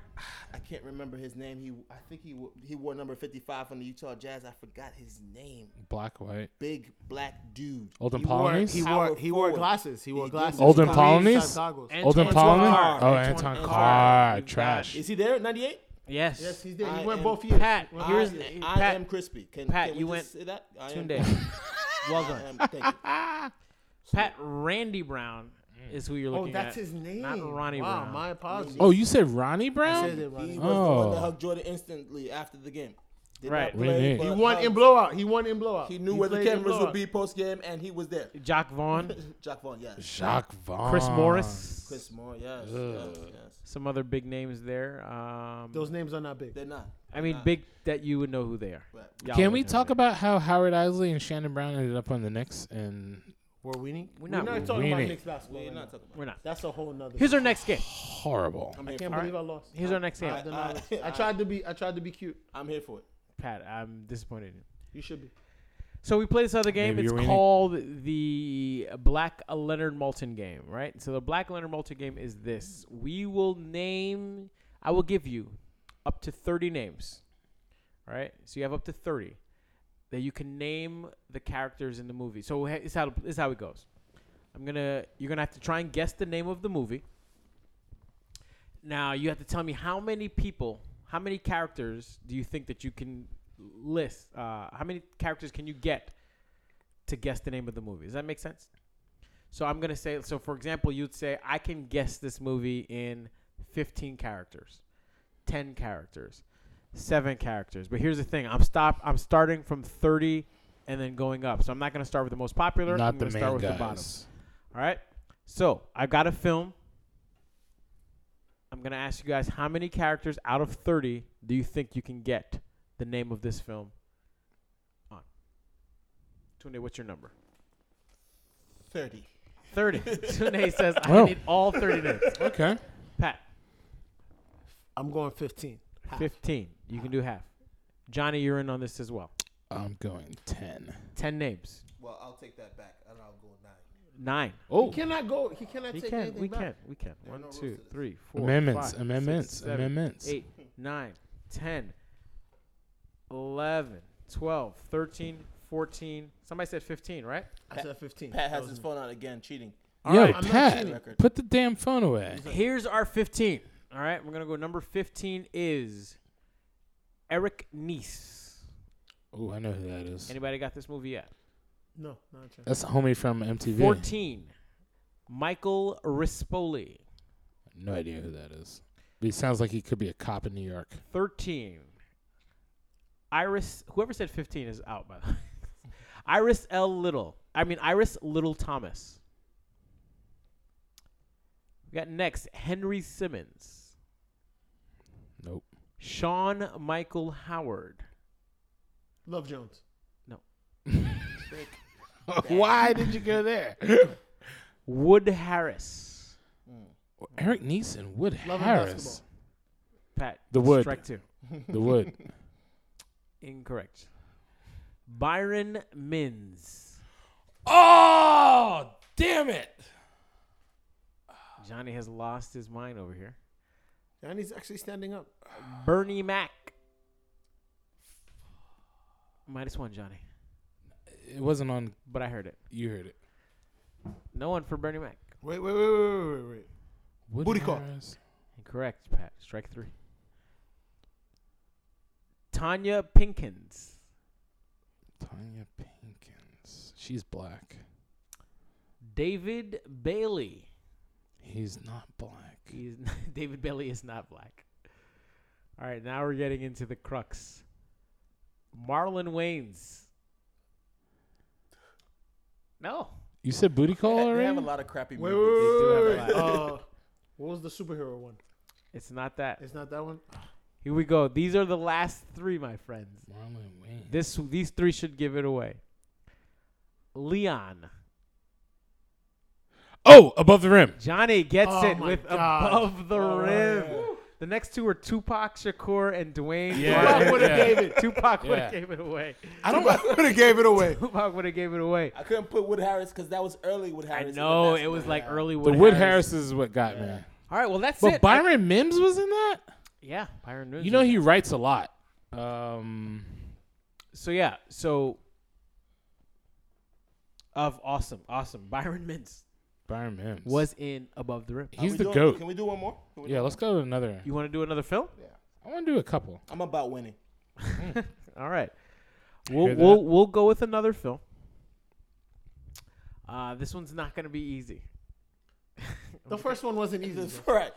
S4: I can't remember his name. He I think he wo- he wore number 55 on the Utah Jazz. I forgot his name.
S2: Black white.
S4: Big black dude.
S2: Olden
S4: He wore-
S2: Polonies?
S3: He
S4: Howard
S3: wore he wore
S4: Ford.
S3: glasses. He wore
S4: He did.
S3: glasses.
S2: Olden
S3: He
S2: Polonies?
S3: shot goggles.
S2: Olden
S1: Antoine
S2: Polonian?
S1: Carr.
S2: Oh,
S1: Antoine
S2: Anton
S1: Carr.
S2: Carr.
S1: You
S2: Trash.
S1: got it.
S4: Is he there? 98.
S1: Yes.
S3: Yes, he's there.
S4: I
S3: He went
S4: am
S3: both years.
S1: Pat,
S3: Well,
S1: here's-
S3: I-
S4: I, I
S1: Pat-
S4: am crispy. Can,
S1: Pat,
S4: can we
S1: you
S4: just
S1: went
S4: say that? I am-
S1: Tunde. well
S4: I
S1: done.
S4: am- thank you.
S1: Pat Randy Brown is who you're
S3: Oh,
S1: looking
S3: that's
S1: at.
S3: his name.
S1: Not Ronnie
S3: wow,
S1: Brown.
S3: my apologies.
S2: Oh, you said Ronnie
S3: I said
S2: Brown?
S3: it right.
S4: He was the
S2: Oh.
S4: one that hugged Jordan instantly after the game. Did not
S1: Right.
S2: What do you mean?
S4: but
S3: He won
S4: hugged.
S3: in blowout. He won in blowout.
S4: He knew
S3: He
S4: where the
S3: played in
S4: cameras would
S3: blowout.
S4: be post game, and he was there.
S1: Jock Vaughn,
S4: Jack Vaughn, yes.
S2: Jacques Vaughn.
S1: Chris Morris,
S4: Chris Moore, yes.
S2: Ugh.
S4: yes, yes.
S1: some other big names there. Um,
S3: Those names are not big.
S4: They're not.
S1: I mean,
S4: Nah.
S1: big that you would know who they are.
S4: Right.
S1: Y'all
S2: Can
S1: would
S2: we
S1: know
S2: talk
S1: who they
S2: about how Howard Isley and Shannon Brown ended up on the Knicks? And
S3: We're winning.
S1: We're not
S3: We're not talking about
S2: winning.
S3: Knicks basketball.
S4: We're
S3: right
S4: not
S3: now.
S4: talking
S1: are. We're not.
S3: That's a whole nother.
S1: Here's our next game.
S2: horrible.
S4: about
S3: I
S4: it.
S3: can't
S1: All
S3: believe I lost.
S1: Here's our next game.
S3: I,
S4: I-
S3: denied it.
S4: I-
S3: I tried to be. I tried to be cute.
S4: I'm here for it.
S1: Pat, I'm disappointed. in you.
S3: You should be.
S1: So we play this other game.
S2: Maybe
S1: it's
S2: you're winning.
S1: called the Black Leonard Moulton game, right? So the Black Leonard Moulton game is this: we will name, I will give you up to thirty names, all right? So you have up to thirty that you can name the characters in the movie. So he- it's how it's how it goes. I'm gonna you're gonna have to try and guess the name of the movie. Now you have to tell me how many people, how many characters do you think that you can list? Uh, how many characters can you get to guess the name of the movie? Does that make sense? So I'm gonna say. So for example, you'd say I can guess this movie in 15 characters, 10 characters, seven characters. But here's the thing: I'm stop. I'm starting from 30 and then going up. So I'm not gonna start with the most popular.
S2: Not
S1: I'm
S2: the
S1: gonna start
S2: main
S1: with the bottom.
S2: guys.
S1: All right. So I got a film. I'm gonna ask you guys how many characters out of 30 do you think you can get the name of this film on? Tune, what's your number?
S3: Thirty.
S1: 30. Tune says I
S2: Oh.
S1: need all 30 names.
S2: Okay.
S1: Pat,
S3: I'm going fifteen. Half.
S1: 15. You can do half. Johnny, you're in on this as well.
S2: I'm going 10.
S1: 10 names.
S3: Well, I'll take that back, and I'll go nine.
S1: Nine.
S2: Oh,
S3: He cannot go. He cannot
S1: We
S3: take
S1: can.
S3: anything
S1: We
S3: back.
S1: can. We can.
S3: There are
S1: One,
S3: no rules
S1: two,
S3: to this.
S1: three, four,
S2: Amendments,
S1: five, six,
S2: amendments,
S1: seven,
S2: amendments.
S1: eight, nine, 10, 11, 12, 13, 14. Somebody said 15, right?
S3: I said fifteen.
S4: Pat has
S3: That
S4: his
S3: was
S4: phone out again, cheating.
S1: All
S2: yo,
S1: right,
S3: I'm not cheating.
S2: Pat, put the damn phone away.
S1: Here's our 15. All right, we're going to go. Number 15 is Eric Nice.
S2: Oh, I know who that is.
S1: Anybody got this movie yet?
S3: me. No, not a chance.
S2: That's a homie from MTV.
S1: 14, Michael Rispoli.
S2: No idea who that is. But he sounds like he could be a cop in New York.
S1: 13. Iris, whoever said 15 is out, by the way. Iris L. Little. I mean, Iris Little Thomas. We got next Henry Simmons,
S2: Nope.
S1: Sean Michael Howard.
S3: Love Jones.
S2: Why did you go there?
S1: Wood Harris.
S2: Eric Neeson, Wood
S3: Love and
S2: Harris,
S1: Pat.
S2: The Wood.
S1: Strike two.
S2: the Wood.
S1: Incorrect. Byron Mins.
S2: oh, damn it!
S1: Johnny has lost his mind over here.
S3: And he's actually standing up.
S1: Bernie Mac. Minus one, Johnny.
S2: It wasn't on.
S1: But I heard it.
S2: You heard it.
S1: No one for Bernie Mac.
S3: Wait, wait, wait, wait, wait, wait, wait.
S2: Wood
S3: Booty call.
S2: Harris.
S1: Incorrect, Pat. Strike three. Tanya Pinkins.
S2: Tanya Pinkins. She's black.
S1: David Bailey.
S2: He's not black.
S1: He's David Bailey is not black. All right, now we're getting into the crux. Marlon Wayans. No.
S2: You said booty call
S4: They- They have
S2: already?
S4: a lot of crappy
S3: Wait,
S4: movies.
S1: do
S3: wait,
S1: have
S3: wait, wait.
S1: a
S3: Uh, what was the superhero one?
S1: It's not that.
S3: It's not that one.
S1: Here we go. These are the last three, my friends.
S2: Marlon Wayne.
S1: This these three should give it away. Leon.
S2: Oh, above the rim.
S1: Johnny gets
S3: Oh
S1: it
S3: my
S1: with
S3: God.
S1: above the
S3: Oh,
S1: rim.
S3: yeah.
S1: The next two were Tupac Shakur and Dwayne.
S2: Yeah.
S1: Tupac
S2: Yeah.
S1: would have
S2: Yeah.
S1: gave it. Tupac would
S2: Yeah.
S1: have gave it away.
S2: I don't.
S3: Could have Oh. gave it away.
S1: Tupac would have gave it away.
S4: I couldn't put Wood Harris because that was early Wood
S1: I
S4: Harris. and
S1: know
S4: that's
S1: it was
S4: when-
S1: like early
S2: The
S1: Wood.
S2: Wood
S1: Harris.
S2: Harris is what got me.
S1: All right, well that's
S2: But
S1: it.
S2: Byron Mims was in that.
S1: yeah, Byron. News
S2: You know
S1: is-
S2: he writes a lot. Um,
S1: So yeah, so of awesome, awesome. Byron Mintz
S2: Byron Mims
S1: was in Above the Rim.
S4: Are we
S2: he's the
S4: doing-
S2: goat.
S4: Can we do one more? Can we do
S2: Yeah,
S4: one
S2: let's go to another.
S1: You want to do another film?
S2: I want to do a couple.
S4: more? I'm about winning.
S1: All right. We'll
S2: hear
S1: we'll
S2: that?
S1: we'll go with another film. Uh, this one's not gonna be easy.
S3: The first one wasn't easy.
S4: That's
S3: though.
S4: right.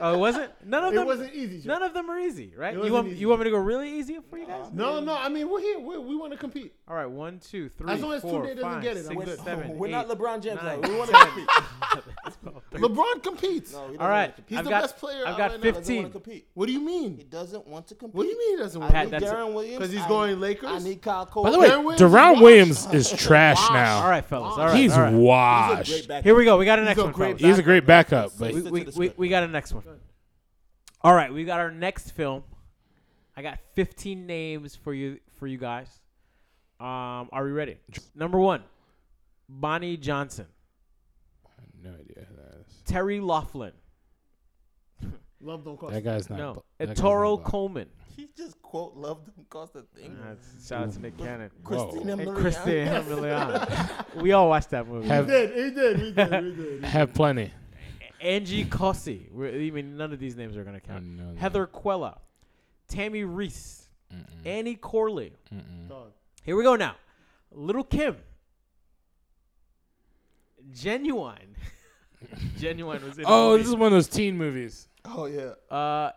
S1: Oh, it wasn't. None of
S3: It
S1: them.
S3: wasn't easy. Joe.
S1: None of them are easy, right?
S3: It
S1: You
S3: wasn't
S1: want
S3: easy. Uh-huh.
S1: you want me to go really easy for you guys?
S3: No, no. I mean, we're here. We're, we want to compete.
S1: All right, one, two, three,
S3: As long as
S1: four,
S3: Tunde doesn't
S1: five,
S3: get it, I'm
S1: six,
S3: good.
S1: seven,
S4: We're not
S1: eight,
S4: LeBron James.
S1: nine,
S4: though. We want to
S1: ten.
S4: compete.
S3: LeBron competes.
S4: No, he doesn't
S1: All right,
S4: wanna compete.
S3: He's
S1: I've
S3: the
S1: got,
S3: best player
S1: I've
S3: out
S1: got
S3: right now.
S4: He doesn't
S1: fifteen.
S4: want to compete.
S3: What do you
S4: He
S3: mean?
S4: doesn't want to compete.
S3: What do you mean he doesn't?
S4: I
S3: want
S1: Pat,
S4: need
S1: that's-
S4: Darren Williams.
S3: Because he's
S4: I-
S3: going
S4: I
S3: Lakers.
S4: need Kyle Cole.
S2: By
S1: Oh,
S2: the way,
S3: Darren Williams is
S2: Deron
S3: washed.
S2: Williams is trash now.
S1: all right, fellas. All right,
S2: He's
S1: all right.
S2: washed.
S4: he's a great back.
S1: Here we go. We got an next
S3: a
S1: one.
S3: great
S1: fellas.
S2: He's a great backup,
S1: We,
S2: but
S4: Stick to
S1: we,
S4: the
S1: we,
S4: script.
S1: we got a next one. All right, we got our next film. I got 15 names for you for you guys. Um, are we ready? Number one, Bonnie Johnson,
S2: no idea who that is.
S1: Terry Laughlin,
S3: Love don't cost.
S2: That guy's not.
S1: no,
S2: that guy's
S1: Toro
S2: not black.
S1: Coleman.
S4: He just quote loved him cost a thing.
S1: shout out to Nick Cannon.
S2: Whoa.
S4: Christina
S1: And
S4: Milian.
S1: Christian Milian. We all watched that movie.
S2: Have-
S3: He did. He did. He did. He did.
S2: Have plenty.
S1: Angie Cossey. We're- I mean, none of these names are going to
S2: I
S1: count.
S2: don't know that.
S1: Heather Quella, Tammy Reese,
S2: Mm-mm,
S1: Annie Corley.
S2: mm-mm.
S3: Dog.
S1: Here we go now. Little Kim. Genuine. Genuine was in the
S2: Oh,
S1: movie.
S2: this is one of those teen movies.
S4: Oh yeah.
S1: uh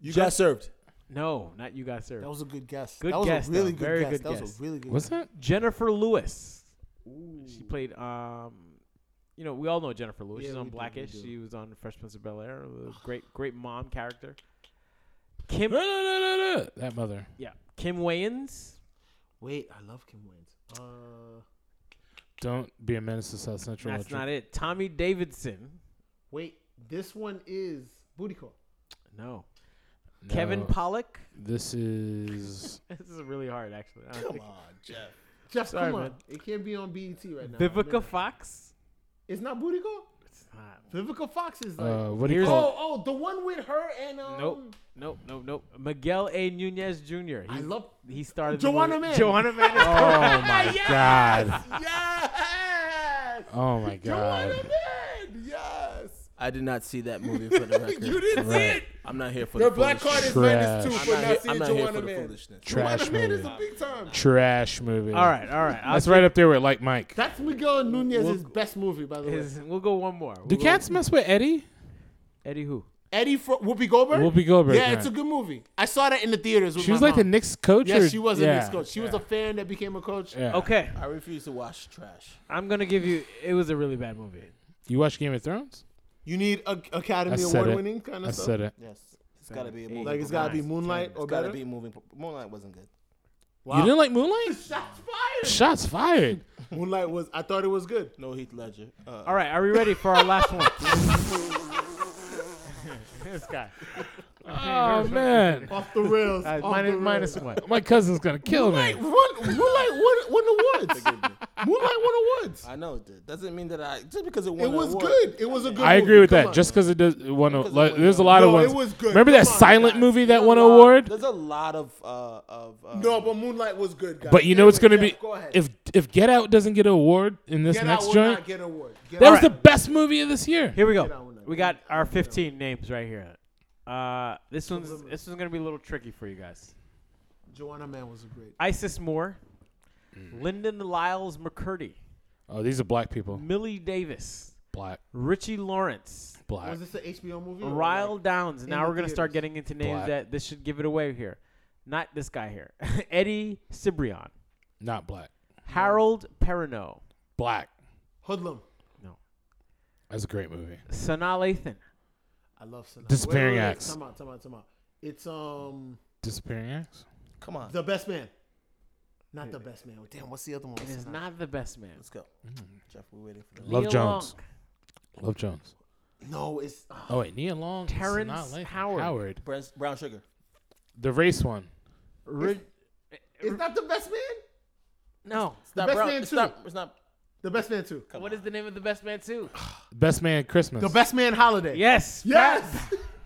S4: You
S1: Just-
S4: got served.
S1: no, not you got served.
S3: That was a good guess.
S1: Good
S3: that was
S1: guess,
S3: a really
S1: though.
S3: good
S1: Very
S3: guess.
S1: good
S3: that
S1: guess.
S3: was a really good
S2: What's that?
S1: Jennifer Lewis. She played um you know, we all know Jennifer Lewis.
S3: Yeah,
S1: She's on
S3: we do, we
S1: Blackish.
S3: do.
S1: She was on Fresh Prince of Bel Air. Great, great mom character. Kim,
S2: No, no, no, no, no. That mother.
S1: yeah, Kim Wayans.
S3: Wait, I love Kim Wayans. Uh,
S2: Don't be a menace to South Central.
S1: That's not it. Tommy Davidson.
S3: wait, this one is Booty Call.
S1: No. Kevin Pollock.
S2: This is
S1: This is really hard, actually. I don't
S4: Come
S1: think-
S4: on, Jeff.
S3: Jeff,
S1: Sorry,
S3: come on.
S1: man.
S3: It can't be on BET right now.
S1: Vivica
S3: Man.
S1: Fox.
S3: It's not Booty Call?
S1: It's not.
S3: Vivica Fox is like.
S2: uh, what do you
S1: Here's-
S2: call?
S3: oh, oh, the one with her and. Um,
S1: Nope. Nope. Nope. Nope. Miguel A. Nunez Jr. He,
S3: I love.
S1: He started.
S3: Joanna
S1: the movie-
S3: Man.
S1: Joanna Man.
S2: Oh, my god.
S3: Yes!
S2: Oh my
S3: Joanna
S2: god.
S3: Man! Yes!
S4: I did not see that movie for the record.
S3: You didn't see
S2: Right.
S3: it!
S4: I'm not here for
S3: Your
S4: the
S3: black
S4: foolishness.
S3: card is
S2: Trash.
S3: minus two
S4: I'm
S3: for
S4: not,
S3: not,
S4: here, I'm
S3: seeing
S4: not here for
S3: Joanna
S4: the
S3: Man.
S4: foolishness.
S2: Trash
S3: Joanna Man is
S2: movie.
S3: a big time.
S2: Trash movie.
S1: All right. All right. I'll
S2: That's right up there with like Mike.
S3: That's Miguel Nunez's
S1: We'll-
S3: best movie, by the way.
S1: His, we'll go one more. We'll
S2: Do
S1: go-
S2: cats mess with Eddie?
S1: Eddie who?
S3: Eddie Fro- Whoopi Goldberg.
S2: Whoopi Goldberg,
S3: Yeah, it's
S2: yeah.
S3: a good movie. I saw that in the theaters. With
S2: She
S3: my
S2: was like the
S3: mom.
S2: Knicks coach.
S3: Yes,
S2: or-
S3: she was
S2: yeah.
S3: a Knicks coach. She was a fan that became a coach.
S2: Yeah.
S1: Okay.
S4: I refuse to watch trash.
S1: I'm gonna give you. It was a really bad movie.
S2: You watch Game of Thrones?
S3: You need a-
S2: I
S3: Academy
S2: said it.
S3: Award winning kind
S2: I
S3: of stuff.
S2: said it.
S4: Yes. It's gotta be a
S1: Hey,
S4: movie.
S3: Like it's
S4: got
S3: gotta be
S1: Nice.
S3: Moonlight or
S4: it's gotta
S3: better.
S4: be moving. Moonlight wasn't good.
S3: Wow.
S2: You didn't like Moonlight?
S3: Shots fired.
S2: Shots fired.
S3: Moonlight was. I thought it was good.
S4: No Heath Ledger. Uh,
S1: All right. Are we ready for our last one? this guy.
S2: Oh man,
S3: Off the rails.
S1: Uh,
S3: off
S1: minus,
S3: the
S1: minus
S3: rails.
S1: one.
S2: my cousin's gonna kill me.
S3: Moonlight won. Moonlight won, won awards. Moonlight won awards.
S4: I know it did. Doesn't mean that I just because it won.
S3: It
S4: an
S3: was
S4: award-
S3: good. It was a good.
S2: I
S3: movie.
S2: agree with
S3: Come
S2: that.
S3: on.
S2: Just because it does one,
S4: Because it
S2: like,
S4: won
S2: there's a
S4: an
S2: lot of
S3: No, it
S2: ones.
S3: was good.
S2: Remember
S3: Come
S2: that
S3: on,
S2: silent
S3: guys.
S2: movie that won
S4: There's a
S2: an
S4: lot-
S2: award?
S4: There's a lot of uh of uh,
S3: No, but Moonlight was good. Guys.
S2: But you know it's gonna
S3: Anyway,
S2: be
S3: yeah, Go ahead.
S2: if if Get Out doesn't get an award in this
S3: Get
S2: next
S3: out will
S2: joint.
S3: not get an award. Get
S2: that
S3: out.
S2: was the best movie of this year.
S1: Here we
S3: Get out
S1: go.
S3: with that.
S1: We got our 15 names right here. Uh, this one's this one's gonna be a little tricky for you guys.
S3: Joanna Man was a great.
S1: Isis Moore, Lyndon Lyles McCurdy,
S2: Oh, these are black people.
S1: Millie Davis,
S2: Black,
S1: Richie Lawrence,
S2: black.
S3: Was this an HBO
S1: Oh,
S3: movie? or
S1: Ryle Downs. Now
S3: the
S1: we're gonna start
S3: theaters.
S1: getting into names
S2: Black.
S1: that this should give it away here. Not this guy here. Eddie Cibrian,
S2: Not black.
S1: Harold Perrineau,
S2: Black.
S3: Hoodlum.
S2: That's a great movie.
S1: Sanaa Lathan,
S3: I love Sinatra.
S2: Disappearing
S3: Wait, wait, wait.
S2: Acts.
S3: Time out, time out, time out. It's um
S2: Disappearing Acts.
S4: Come on.
S3: the best man. Not the best man. Damn.
S4: Damn, what's the other one?
S1: It is not the best man.
S4: Let's go.
S1: Mm.
S4: Jeff, we're waiting for that.
S2: Uh-huh. Love
S1: Nia
S2: Jones.
S1: Long,
S2: Love Jones.
S3: No, it's uh,
S2: Oh wait, Nia Long.
S1: Terrence
S2: Sanaa Lathan,
S1: Howard.
S2: Howard.
S4: Brown, brown sugar.
S2: The race one.
S1: Ri-
S3: it's not the best man.
S1: no.
S4: It's not
S3: Best
S4: brown.
S3: Man
S4: it's
S3: too.
S4: not. It's not.
S3: The best man too.
S1: What is the name of the best man too?
S2: Best Man at Christmas.
S3: The best man holiday.
S1: Yes.
S3: Yes.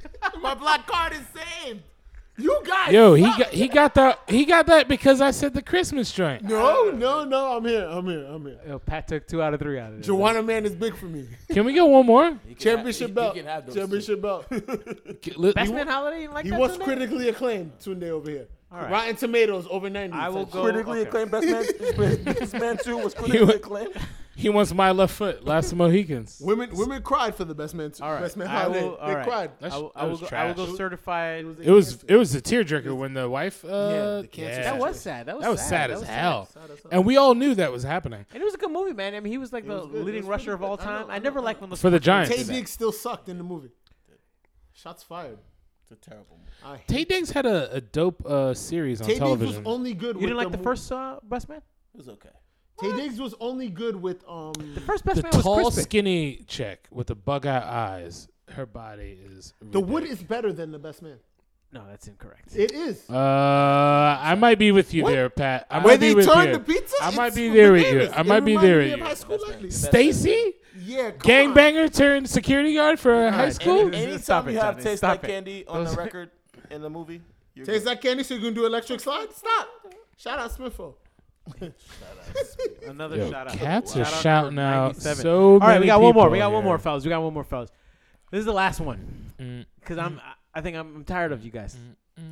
S3: My black card is saved. You guys.
S2: Yo, he
S3: suck.
S2: got he got that he got that because I said the Christmas joint.
S3: No, no, no. I'm here. I'm here. I'm here.
S1: Pat, Yo, Oh, Pat took two out of three out of it.
S3: Joanna Man is big for me.
S2: Can we get one more?
S4: You can
S3: Championship
S4: have,
S3: belt.
S4: You, you can have those
S3: Championship belt.
S2: K- li-
S1: Best
S2: you-
S1: man holiday. You like
S3: He
S1: that
S3: was
S1: Tunde?
S3: critically acclaimed Tunde over here.
S1: All right.
S3: Rotten Tomatoes over 90.
S1: I will
S3: Type
S1: go.
S3: shit.
S4: Critically
S1: okay.
S4: acclaimed Best Man. Best Man Two was critically acclaimed.
S2: he wants my left foot. Last of Mohicans.
S3: Women women cried for the best man too.
S1: All right.
S3: Best man
S1: I
S3: holiday.
S1: will. All
S3: they
S1: right.
S3: cried.
S1: I
S2: That's-
S1: will, I
S2: that
S1: will
S2: was
S1: go, I will go
S2: trash.
S1: certified.
S2: It was it was a tearjerker when the wife. Uh,
S3: the cancer
S2: yeah.
S1: that was sad. That was
S2: that was sad
S1: That
S2: as
S1: was
S2: hell,
S3: Sad as hell.
S2: and we all knew that was happening
S1: And it was a good movie, man. I mean, he was like the
S3: was good. It
S1: leading
S3: was
S1: rusher of
S3: pretty
S1: all
S3: good. I
S1: time.
S3: know,
S1: I
S3: I
S1: never
S3: know,
S1: liked when the
S2: for the Giants.
S3: Tay Diggs still sucked in the movie. Shots fired.
S4: It's a terrible movie.
S3: I hate
S2: Tay Diggs had a, a dope uh, series on
S3: Tay Diggs was
S2: television.
S3: only good
S1: You
S3: with
S1: didn't like the
S3: mo-
S1: first uh, best man.
S4: It was okay.
S3: Tay Diggs was only good with um
S1: The first best
S2: the
S1: man
S2: tall,
S1: was Crispin.
S2: skinny chick with the bug-eyed eyes. Her body is
S3: The Wood is better than the best man.
S1: No, that's incorrect.
S3: It is.
S2: Uh, I might be with you there, Pat. I
S3: Where
S2: might be
S3: they
S2: with
S3: turned
S2: you.
S3: the pizza?
S2: I might
S3: It's
S2: be there with you.
S3: ridiculous.
S2: I
S3: It
S2: might be
S3: reminded
S2: there
S3: me
S2: with
S3: of
S2: you.
S3: High school
S4: Best man.
S3: Likely.
S4: Best
S2: Stacy,
S3: Yeah, come on.
S2: gangbanger turned security guard for high
S1: right,
S2: school.
S1: Andy.
S4: Anytime
S1: Stop it,
S4: you have
S1: Johnny.
S4: taste
S1: Stop
S4: like
S1: it.
S4: candy on the
S1: Those-
S4: record in the movie, you're
S3: Taste
S4: good.
S3: that candy so you can do electric slide? Stop. Shout out Smithville.
S1: Another
S2: Yo,
S1: shout out.
S2: cats
S1: Shout
S2: are
S1: out to
S2: shouting out
S1: 97.
S2: so
S1: All right, we got one more. We got
S2: people
S1: one more,
S2: here.
S1: fellas. We got one more, fellas. This is the last one
S2: Mm.
S1: because I'm. I- I think I'm, I'm tired of you guys,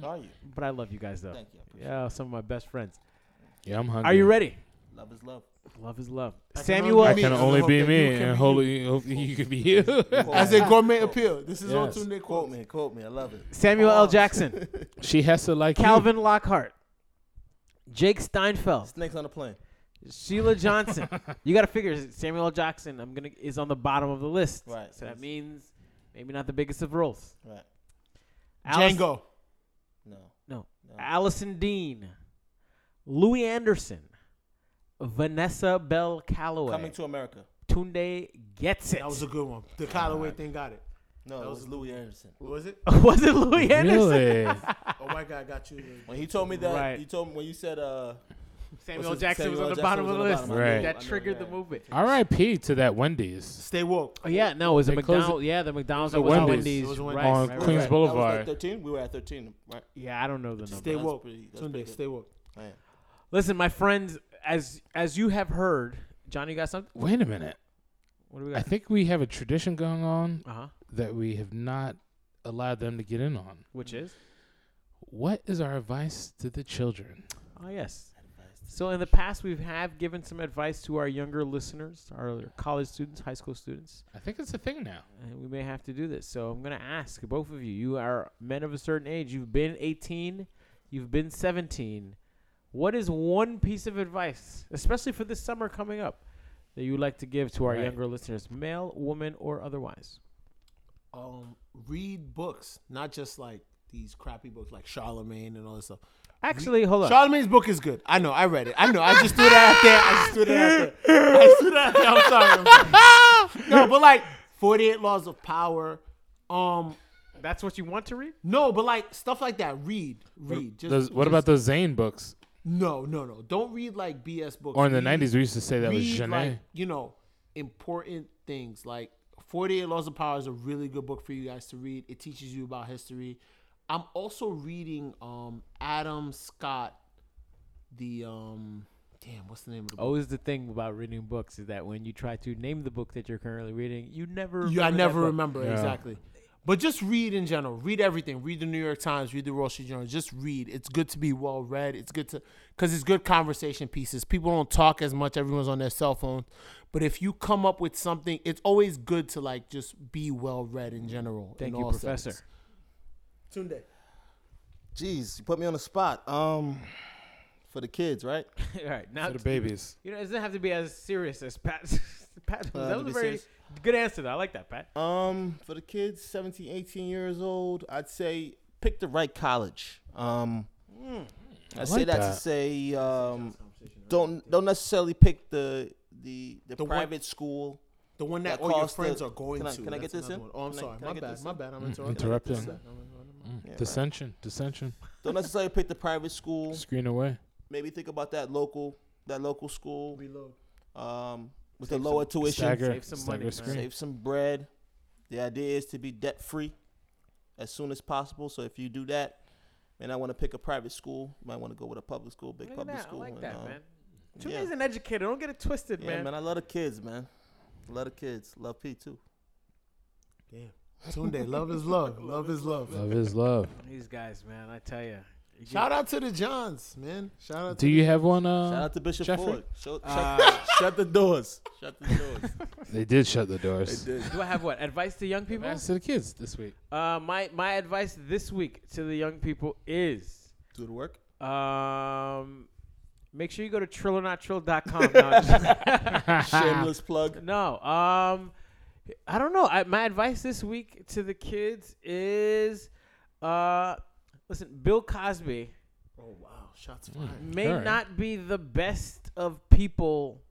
S4: Are you?
S1: but I love you guys though.
S4: Mm. Thank you. I appreciate
S1: Yeah, some of my best friends.
S2: Yeah, I'm hungry.
S1: Are you ready?
S4: it. Love is love.
S1: Love is love.
S3: I can
S1: Samuel
S2: I
S3: Me,
S2: can
S3: I
S2: only
S3: hope
S2: be
S3: that
S2: me,
S3: you can
S2: and
S3: be
S2: holy hope you could be you.
S3: As a gourmet appeal. This is
S2: Yes.
S3: on Tunde
S4: Quote
S3: quote.
S4: me, quote me. I love it.
S1: Samuel L. Jackson,
S2: she has to like you.
S1: Calvin Lockhart, Jake Steinfeld,
S4: Snakes on the plane.
S1: Sheila Johnson. you got to figure Samuel L. Jackson. I'm gonna is on the bottom of the list.
S4: Right.
S1: So that means maybe not the biggest of roles.
S4: Right.
S1: Alice-
S3: Django.
S4: No.
S1: No.
S4: No.
S1: Allison Dean, Louis Anderson, Vanessa Bell Calloway,
S4: Coming to America.
S1: Tunde gets it.
S3: That was a good one. The Callaway thing got it.
S4: No, it was Louis Anderson.
S3: What was it?
S1: Was it Louis Anderson?
S2: Really?
S3: Oh, white guy got you.
S4: When he told me that,
S1: Right.
S4: you told me when you said, uh,
S1: Samuel
S4: What's it-
S1: Jackson was on
S4: Samuel
S1: the bottom
S4: Jackson was
S1: of the
S4: on the
S1: list.
S4: bottom.
S2: I knew-
S1: That
S4: I knew,
S1: triggered
S4: yeah.
S1: the movement.
S2: R.I.P. to that Wendy's
S3: Stay woke.
S1: Oh yeah, no, it was a
S2: They closed
S1: McDonald's. Yeah, the McDonald's
S2: It
S1: that
S2: was
S1: was
S2: a
S1: on
S2: Wendy's.
S1: Wendy's.
S3: It was a
S1: right,
S3: Wendy's.
S1: right,
S2: On
S1: right,
S4: we were
S2: Queens
S1: right.
S4: at- that was like
S2: Boulevard.
S4: 13. We were at 13, right?
S1: Yeah, I don't know the number.
S3: Stay
S4: That's
S3: woke.
S4: pretty- that's pretty
S3: Tunde,
S4: good.
S3: stay woke.
S4: Man.
S1: Listen, my friends, as as you have heard, Johnny, you got something?
S2: Wait a minute.
S1: What do we
S2: I
S1: got?
S2: think we have a tradition going on
S1: Uh huh.
S2: that we have not allowed them to get in on.
S1: Which is?
S2: What is our advice to the children?
S1: Oh yes. So in the past, we have given some advice to our younger listeners, our college students, high school students,
S2: I think it's a thing now.
S1: and we may have to do this. So I'm going to ask both of you. You are men of a certain age. You've been 18. You've been 17. What is one piece of advice, especially for this summer coming up, that you would like to give to our
S2: Right.
S1: younger listeners, male, woman, or otherwise?
S3: Um, read books, not just like these crappy books like Charlemagne and all this stuff.
S1: Actually, hold on.
S3: Charlemagne's book is good. I know. I read it. I know. I just threw that out there. I just threw that out there. I just threw that out there. I'm sorry. I'm sorry. No, but like 48 Laws of Power. Um,
S1: That's what you want to read?
S3: no, but like stuff like that. Read, read. Just
S2: Those, what
S3: just-
S2: about those Zane books?
S3: No, no, no. Don't read like BS books.
S2: Or in the
S3: Read-
S2: 90s, we used to say that was
S3: read,
S2: Genet.
S3: like, you know, important things like 48 Laws of Power is a really good book for you guys to read. It teaches you about history. I'm also reading um Adam Scott, the um damn, what's the name of the book?
S1: Always the thing about reading books is that when you try to name the book that you're currently reading, you never remember.
S3: Yeah, I
S1: that
S3: never
S1: book.
S3: remember
S2: Yeah.
S3: exactly. But just read in general. Read everything. Read the New York Times. Read the Wall Street Journal. Just read. It's good to be well read. It's good to because it's good conversation pieces. People don't talk as much. Everyone's on their cell phone. But if you come up with something, it's always good to like just be well read in general.
S1: Thank
S3: in
S1: you,
S3: all
S1: Professor.
S3: settings.
S4: Tunde. Jeez, you put me on the spot. Um, for the kids, right?
S1: All right, now
S2: For the babies.
S1: You know, it doesn't have to be as serious as Pat. Pat
S4: Uh,
S1: that
S4: to
S1: was a
S4: be
S1: very
S4: serious?
S1: good answer. Though. I like that, Pat.
S4: Um, for the kids 17, 18 years old, I'd say pick the right college. Um,
S1: Hmm.
S4: I, say
S2: like
S4: that,
S2: that.
S4: to say um, don't don't necessarily pick the the the,
S3: The one-
S4: private school.
S3: The one that
S4: That
S3: all your
S4: cost the-
S3: friends are going
S4: can I-
S3: to.
S4: can I
S3: That's
S4: get this
S3: another
S4: in?
S3: one. Oh, I'm
S4: Can I-
S3: sorry.
S4: can I
S3: My
S4: get
S3: bad.
S4: this
S3: My
S4: in?
S3: bad. I'm
S2: Mm,
S3: interrupting.
S2: interrupting.
S4: Yeah, right.
S2: Mm. Dissension. Dissension.
S4: Don't necessarily pick the private school.
S2: Screen away.
S4: Maybe think about that local that local school
S3: Reload.
S4: um, with the lower tuition.
S2: Stagger.
S1: save some
S2: stagger
S1: money, man.
S2: screen.
S4: Save some bread. The idea is to be debt free as soon as possible. So if you do that, and I want to pick a private school, you might want to go with a public school, big
S1: Look at
S4: public
S1: that. I
S4: school.
S1: like
S4: and,
S1: that,
S4: um,
S1: man. Two
S4: yeah.
S1: days an educator. Don't get it twisted,
S4: Yeah,
S1: man.
S4: man. I love the kids, man. Love the kids. Love P too.
S3: Damn. Tunde, love is love. Love is love.
S2: Love is love.
S1: These guys, man. I tell you.
S3: Shout out to the Johns, man. Shout out.
S2: Do
S3: to
S2: you have one?
S4: Shout
S2: Uh,
S4: out to Bishop
S2: Jeffrey? Uh,
S4: Ford. Show, shut, shut the doors. Shut the doors.
S2: they did shut the doors.
S1: Do I have what advice to young people?
S2: Advice to the kids this week.
S1: Uh, my my advice this week to the young people is,
S4: Do the work.
S1: um, make sure you go to trillornottrill.com. no, I'm just-
S4: Shameless plug.
S1: No. Um, I don't know. I, my advice this week to the kids is, uh, listen, Bill Cosby
S3: Oh wow, shots fired.
S4: Mm.
S1: may
S2: Alright.
S1: not be the best of people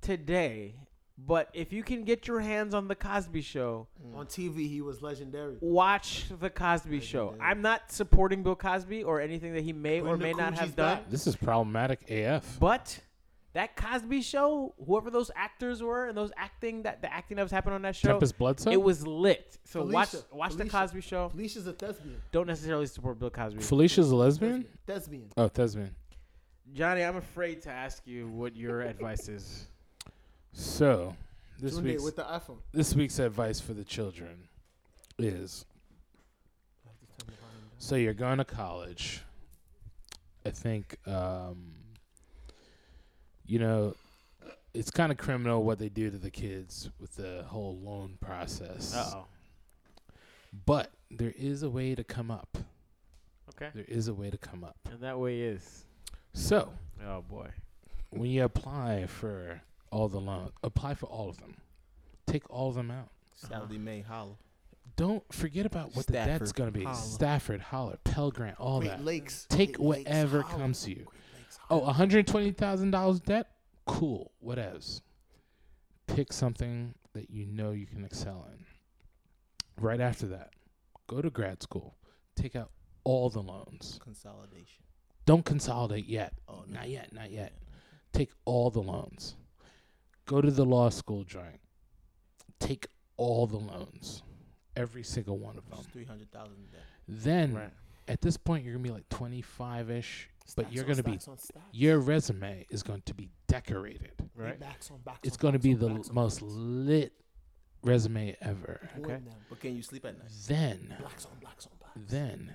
S1: today, but if you can get your hands on the Cosby Show,
S3: On TV, he was legendary.
S1: watch the Cosby Show. I'm not supporting Bill Cosby or anything that he may or
S3: Brenda
S1: may not have
S3: Coogie's
S1: done.
S3: back.
S2: This is problematic AF.
S1: But that Cosby show, whoever those actors were and those acting that the acting that was happening on that show,
S2: Tempest Bledsoe?
S1: it was lit. So
S3: Felicia,
S1: watch watch the
S3: Felicia.
S1: Cosby show.
S3: Felicia's a thespian.
S1: Don't necessarily support Bill Cosby.
S2: Felicia's a lesbian?
S3: Thespian.
S2: Oh, Thesbian.
S1: Johnny, I'm afraid to ask you what your advice is.
S2: So, this
S3: Tunde
S2: week's
S3: with the iPhone.
S2: this week's advice for the children is so you're going to college. I think um, you know it's kind of criminal what they do to the kids with the whole loan process.
S1: Uh-oh.
S2: But there is a way to come up.
S1: Okay.
S2: There is a way to come up.
S1: And that way is.
S2: So,
S1: Oh boy.
S2: when you apply for all the loans, apply for all of them. Take all of them out.
S5: Sally May Hollow.
S2: Don't forget about what the debt's
S5: Stafford,
S2: going to be. Stafford, Holler, Pell Grant, all
S4: Great
S2: that.
S4: Lakes.
S2: Take
S4: Great Lakes,
S2: whatever
S4: Hollow,
S2: comes to you.
S4: Great Lakes, Hollow.
S2: Oh, $120,000 debt? Cool. What else? Pick something that you know you can excel in. Right after that, go to grad school. Take out all the loans.
S5: Consolidation.
S2: Don't consolidate yet.
S5: Oh, no.
S2: Not yet, not yet. Take all the loans. Go to the law school joint. Take all the loans. Every single one of them.
S5: It's 300,000 in debt.
S2: Then
S1: Right.
S2: at this point you're gonna be like twenty five ish, but
S4: Stacks
S2: you're
S4: on
S2: gonna be
S4: stacks on stacks.
S2: your resume is going to be decorated.
S1: Right.
S4: Backs on backs
S2: It's
S4: on
S2: going to
S4: backs
S2: be
S4: on
S2: the
S4: backs on
S2: most lit resume ever.
S4: backs.
S1: Okay.
S4: Warn them.
S5: But can you sleep at night?
S2: Then,
S4: Blacks on blacks on blacks.
S2: then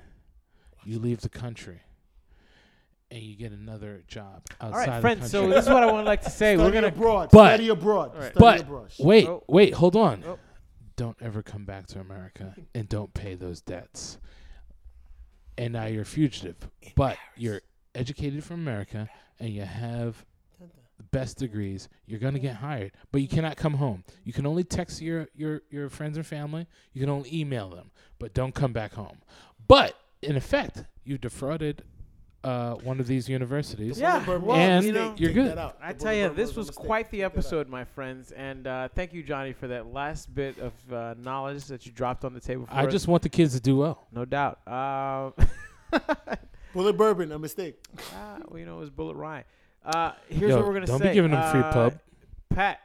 S2: you leave the country and you get another job
S1: All
S2: outside
S1: right,
S2: the
S1: friends. So
S2: country.
S1: this is what I want like to say. We're
S4: Study
S1: gonna
S4: abroad.
S2: But-
S4: study abroad.
S1: All right.
S4: Study
S2: But
S4: abroad.
S2: wait,
S1: Oh.
S2: wait, hold on.
S1: Oh.
S2: Don't ever come back to America and don't pay those debts. And now you're a fugitive, but you're educated from America and you have the best degrees. You're gonna get hired, but you cannot come home. You can only text your your your friends and family. You can only email them, but don't come back home. But in effect, you defrauded uh, one of these universities.
S1: yeah. Well,
S2: And
S1: you know,
S2: you're
S4: Take
S2: good.
S4: that out.
S1: I
S4: The
S1: tell you,
S4: Boulevard
S1: this
S4: was a
S1: was
S4: mistake.
S1: quite the
S4: Take that out.
S1: episode, my friends, and uh, thank you, Johnny, for that last bit of uh, knowledge that you dropped on the table. For
S2: I
S1: us.
S2: just want the kids to do well.
S1: no doubt. Uh,
S4: Bullet bourbon, a mistake.
S1: Ah, well, you know, it was Bullet Ryan. Uh, here's
S2: Yo,
S1: what we're gonna
S2: don't
S1: say.
S2: be giving them free
S1: Uh,
S2: pub.
S1: Pat,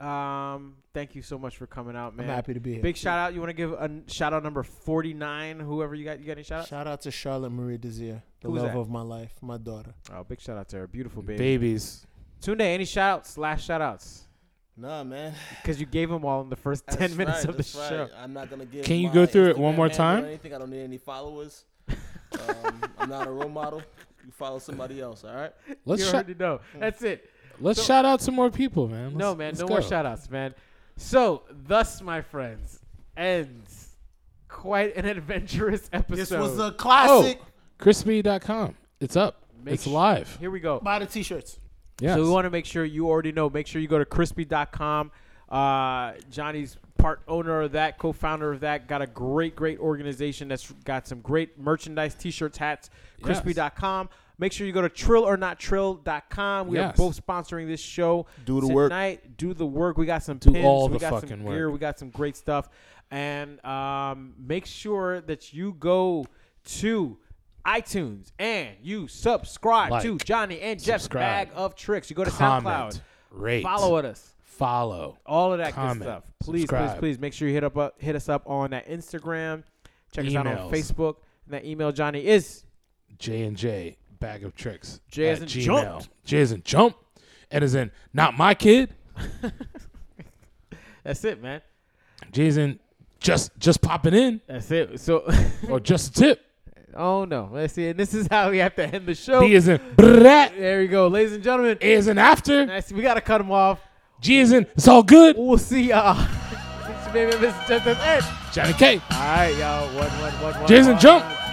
S1: um, thank you so much for coming out, man.
S4: to be here.
S1: Big shout out. You want to give a n- shout out number forty nine? Whoever you got, you got any shout out?
S4: Shout out to Charlotte Marie Desir, the
S1: Who's
S4: love
S1: that?
S4: of my life, my daughter.
S1: Oh, big shout out to her, beautiful baby.
S2: Babies.
S1: Tune in. Any shout outs? Last shout outs
S5: Nah, man.
S1: because you gave them all in the first ten
S5: That's
S1: minutes
S5: right,
S1: of the
S5: that's right.
S1: show.
S5: I'm not gonna give.
S2: Can you
S5: my
S2: go through it one
S5: Instagram
S2: more
S5: handle
S2: time?
S5: Or anything. I don't need any followers. um, I'm not a role model. You follow somebody else, all right?
S2: Let's
S1: you
S2: shou-
S1: already know. That's it.
S2: let's
S1: So-
S2: shout out some more people, man.
S1: no,
S2: Let's-
S1: man.
S2: let's
S1: No
S2: go.
S1: more shout outs, man. So, thus, my friends, ends quite an adventurous episode.
S4: This was a
S2: Oh,
S4: classic.
S2: crispy.com. It's up.
S1: Make
S2: it's
S1: su-
S2: live.
S1: Here we go.
S4: Buy the t-shirts.
S2: Yeah.
S1: So we want to make sure you already know. Make sure you go to crispy.com. Uh, Johnny's part owner of that, co-founder of that, got a great, great organization that's got some great merchandise, t-shirts, hats.
S2: Yes.
S1: Crispy.com. Make sure you go to trillornottrill.com. We
S2: Yes.
S1: are both sponsoring this show.
S5: Do the work.
S1: tonight. work. Do the work. We got some
S2: Do
S1: pins.
S2: all
S1: we
S2: the
S1: got some
S2: fucking work.
S1: gear. We got some great stuff. And um, make sure that you go to iTunes and you subscribe
S2: Like,
S1: to Johnny and Jeff's
S2: subscribe.
S1: Bag of Tricks. You go to
S2: comment,
S1: SoundCloud.
S2: rate,
S1: Follow us.
S2: follow.
S1: All of that
S2: Comment,
S1: good stuff. Please,
S2: subscribe.
S1: please, please make sure you hit up uh, hit us up on that Instagram. Check us out
S2: Emails.
S1: on Facebook. And that email Johnny is
S2: J and J bag of tricks.
S1: J as
S2: at
S1: in
S2: Gmail.
S1: jumped.
S2: J as in jump. And as in not my kid.
S1: that's it, man.
S2: J as in just just popping in
S1: That's it. So
S2: or just a tip.
S1: oh no. Let's see. And this is how we have to end the show.
S2: B as in brat.
S1: there you go, ladies and gentlemen.
S2: A as in after.
S1: Nice. We gotta cut him off.
S2: G as in it's all good.
S1: We'll see y'all. It's your baby, Mr. Jeff. Ed.
S2: Johnny K.
S1: All right, y'all. One, one, one, one.
S2: Jason,
S1: one,
S2: jump.
S1: one.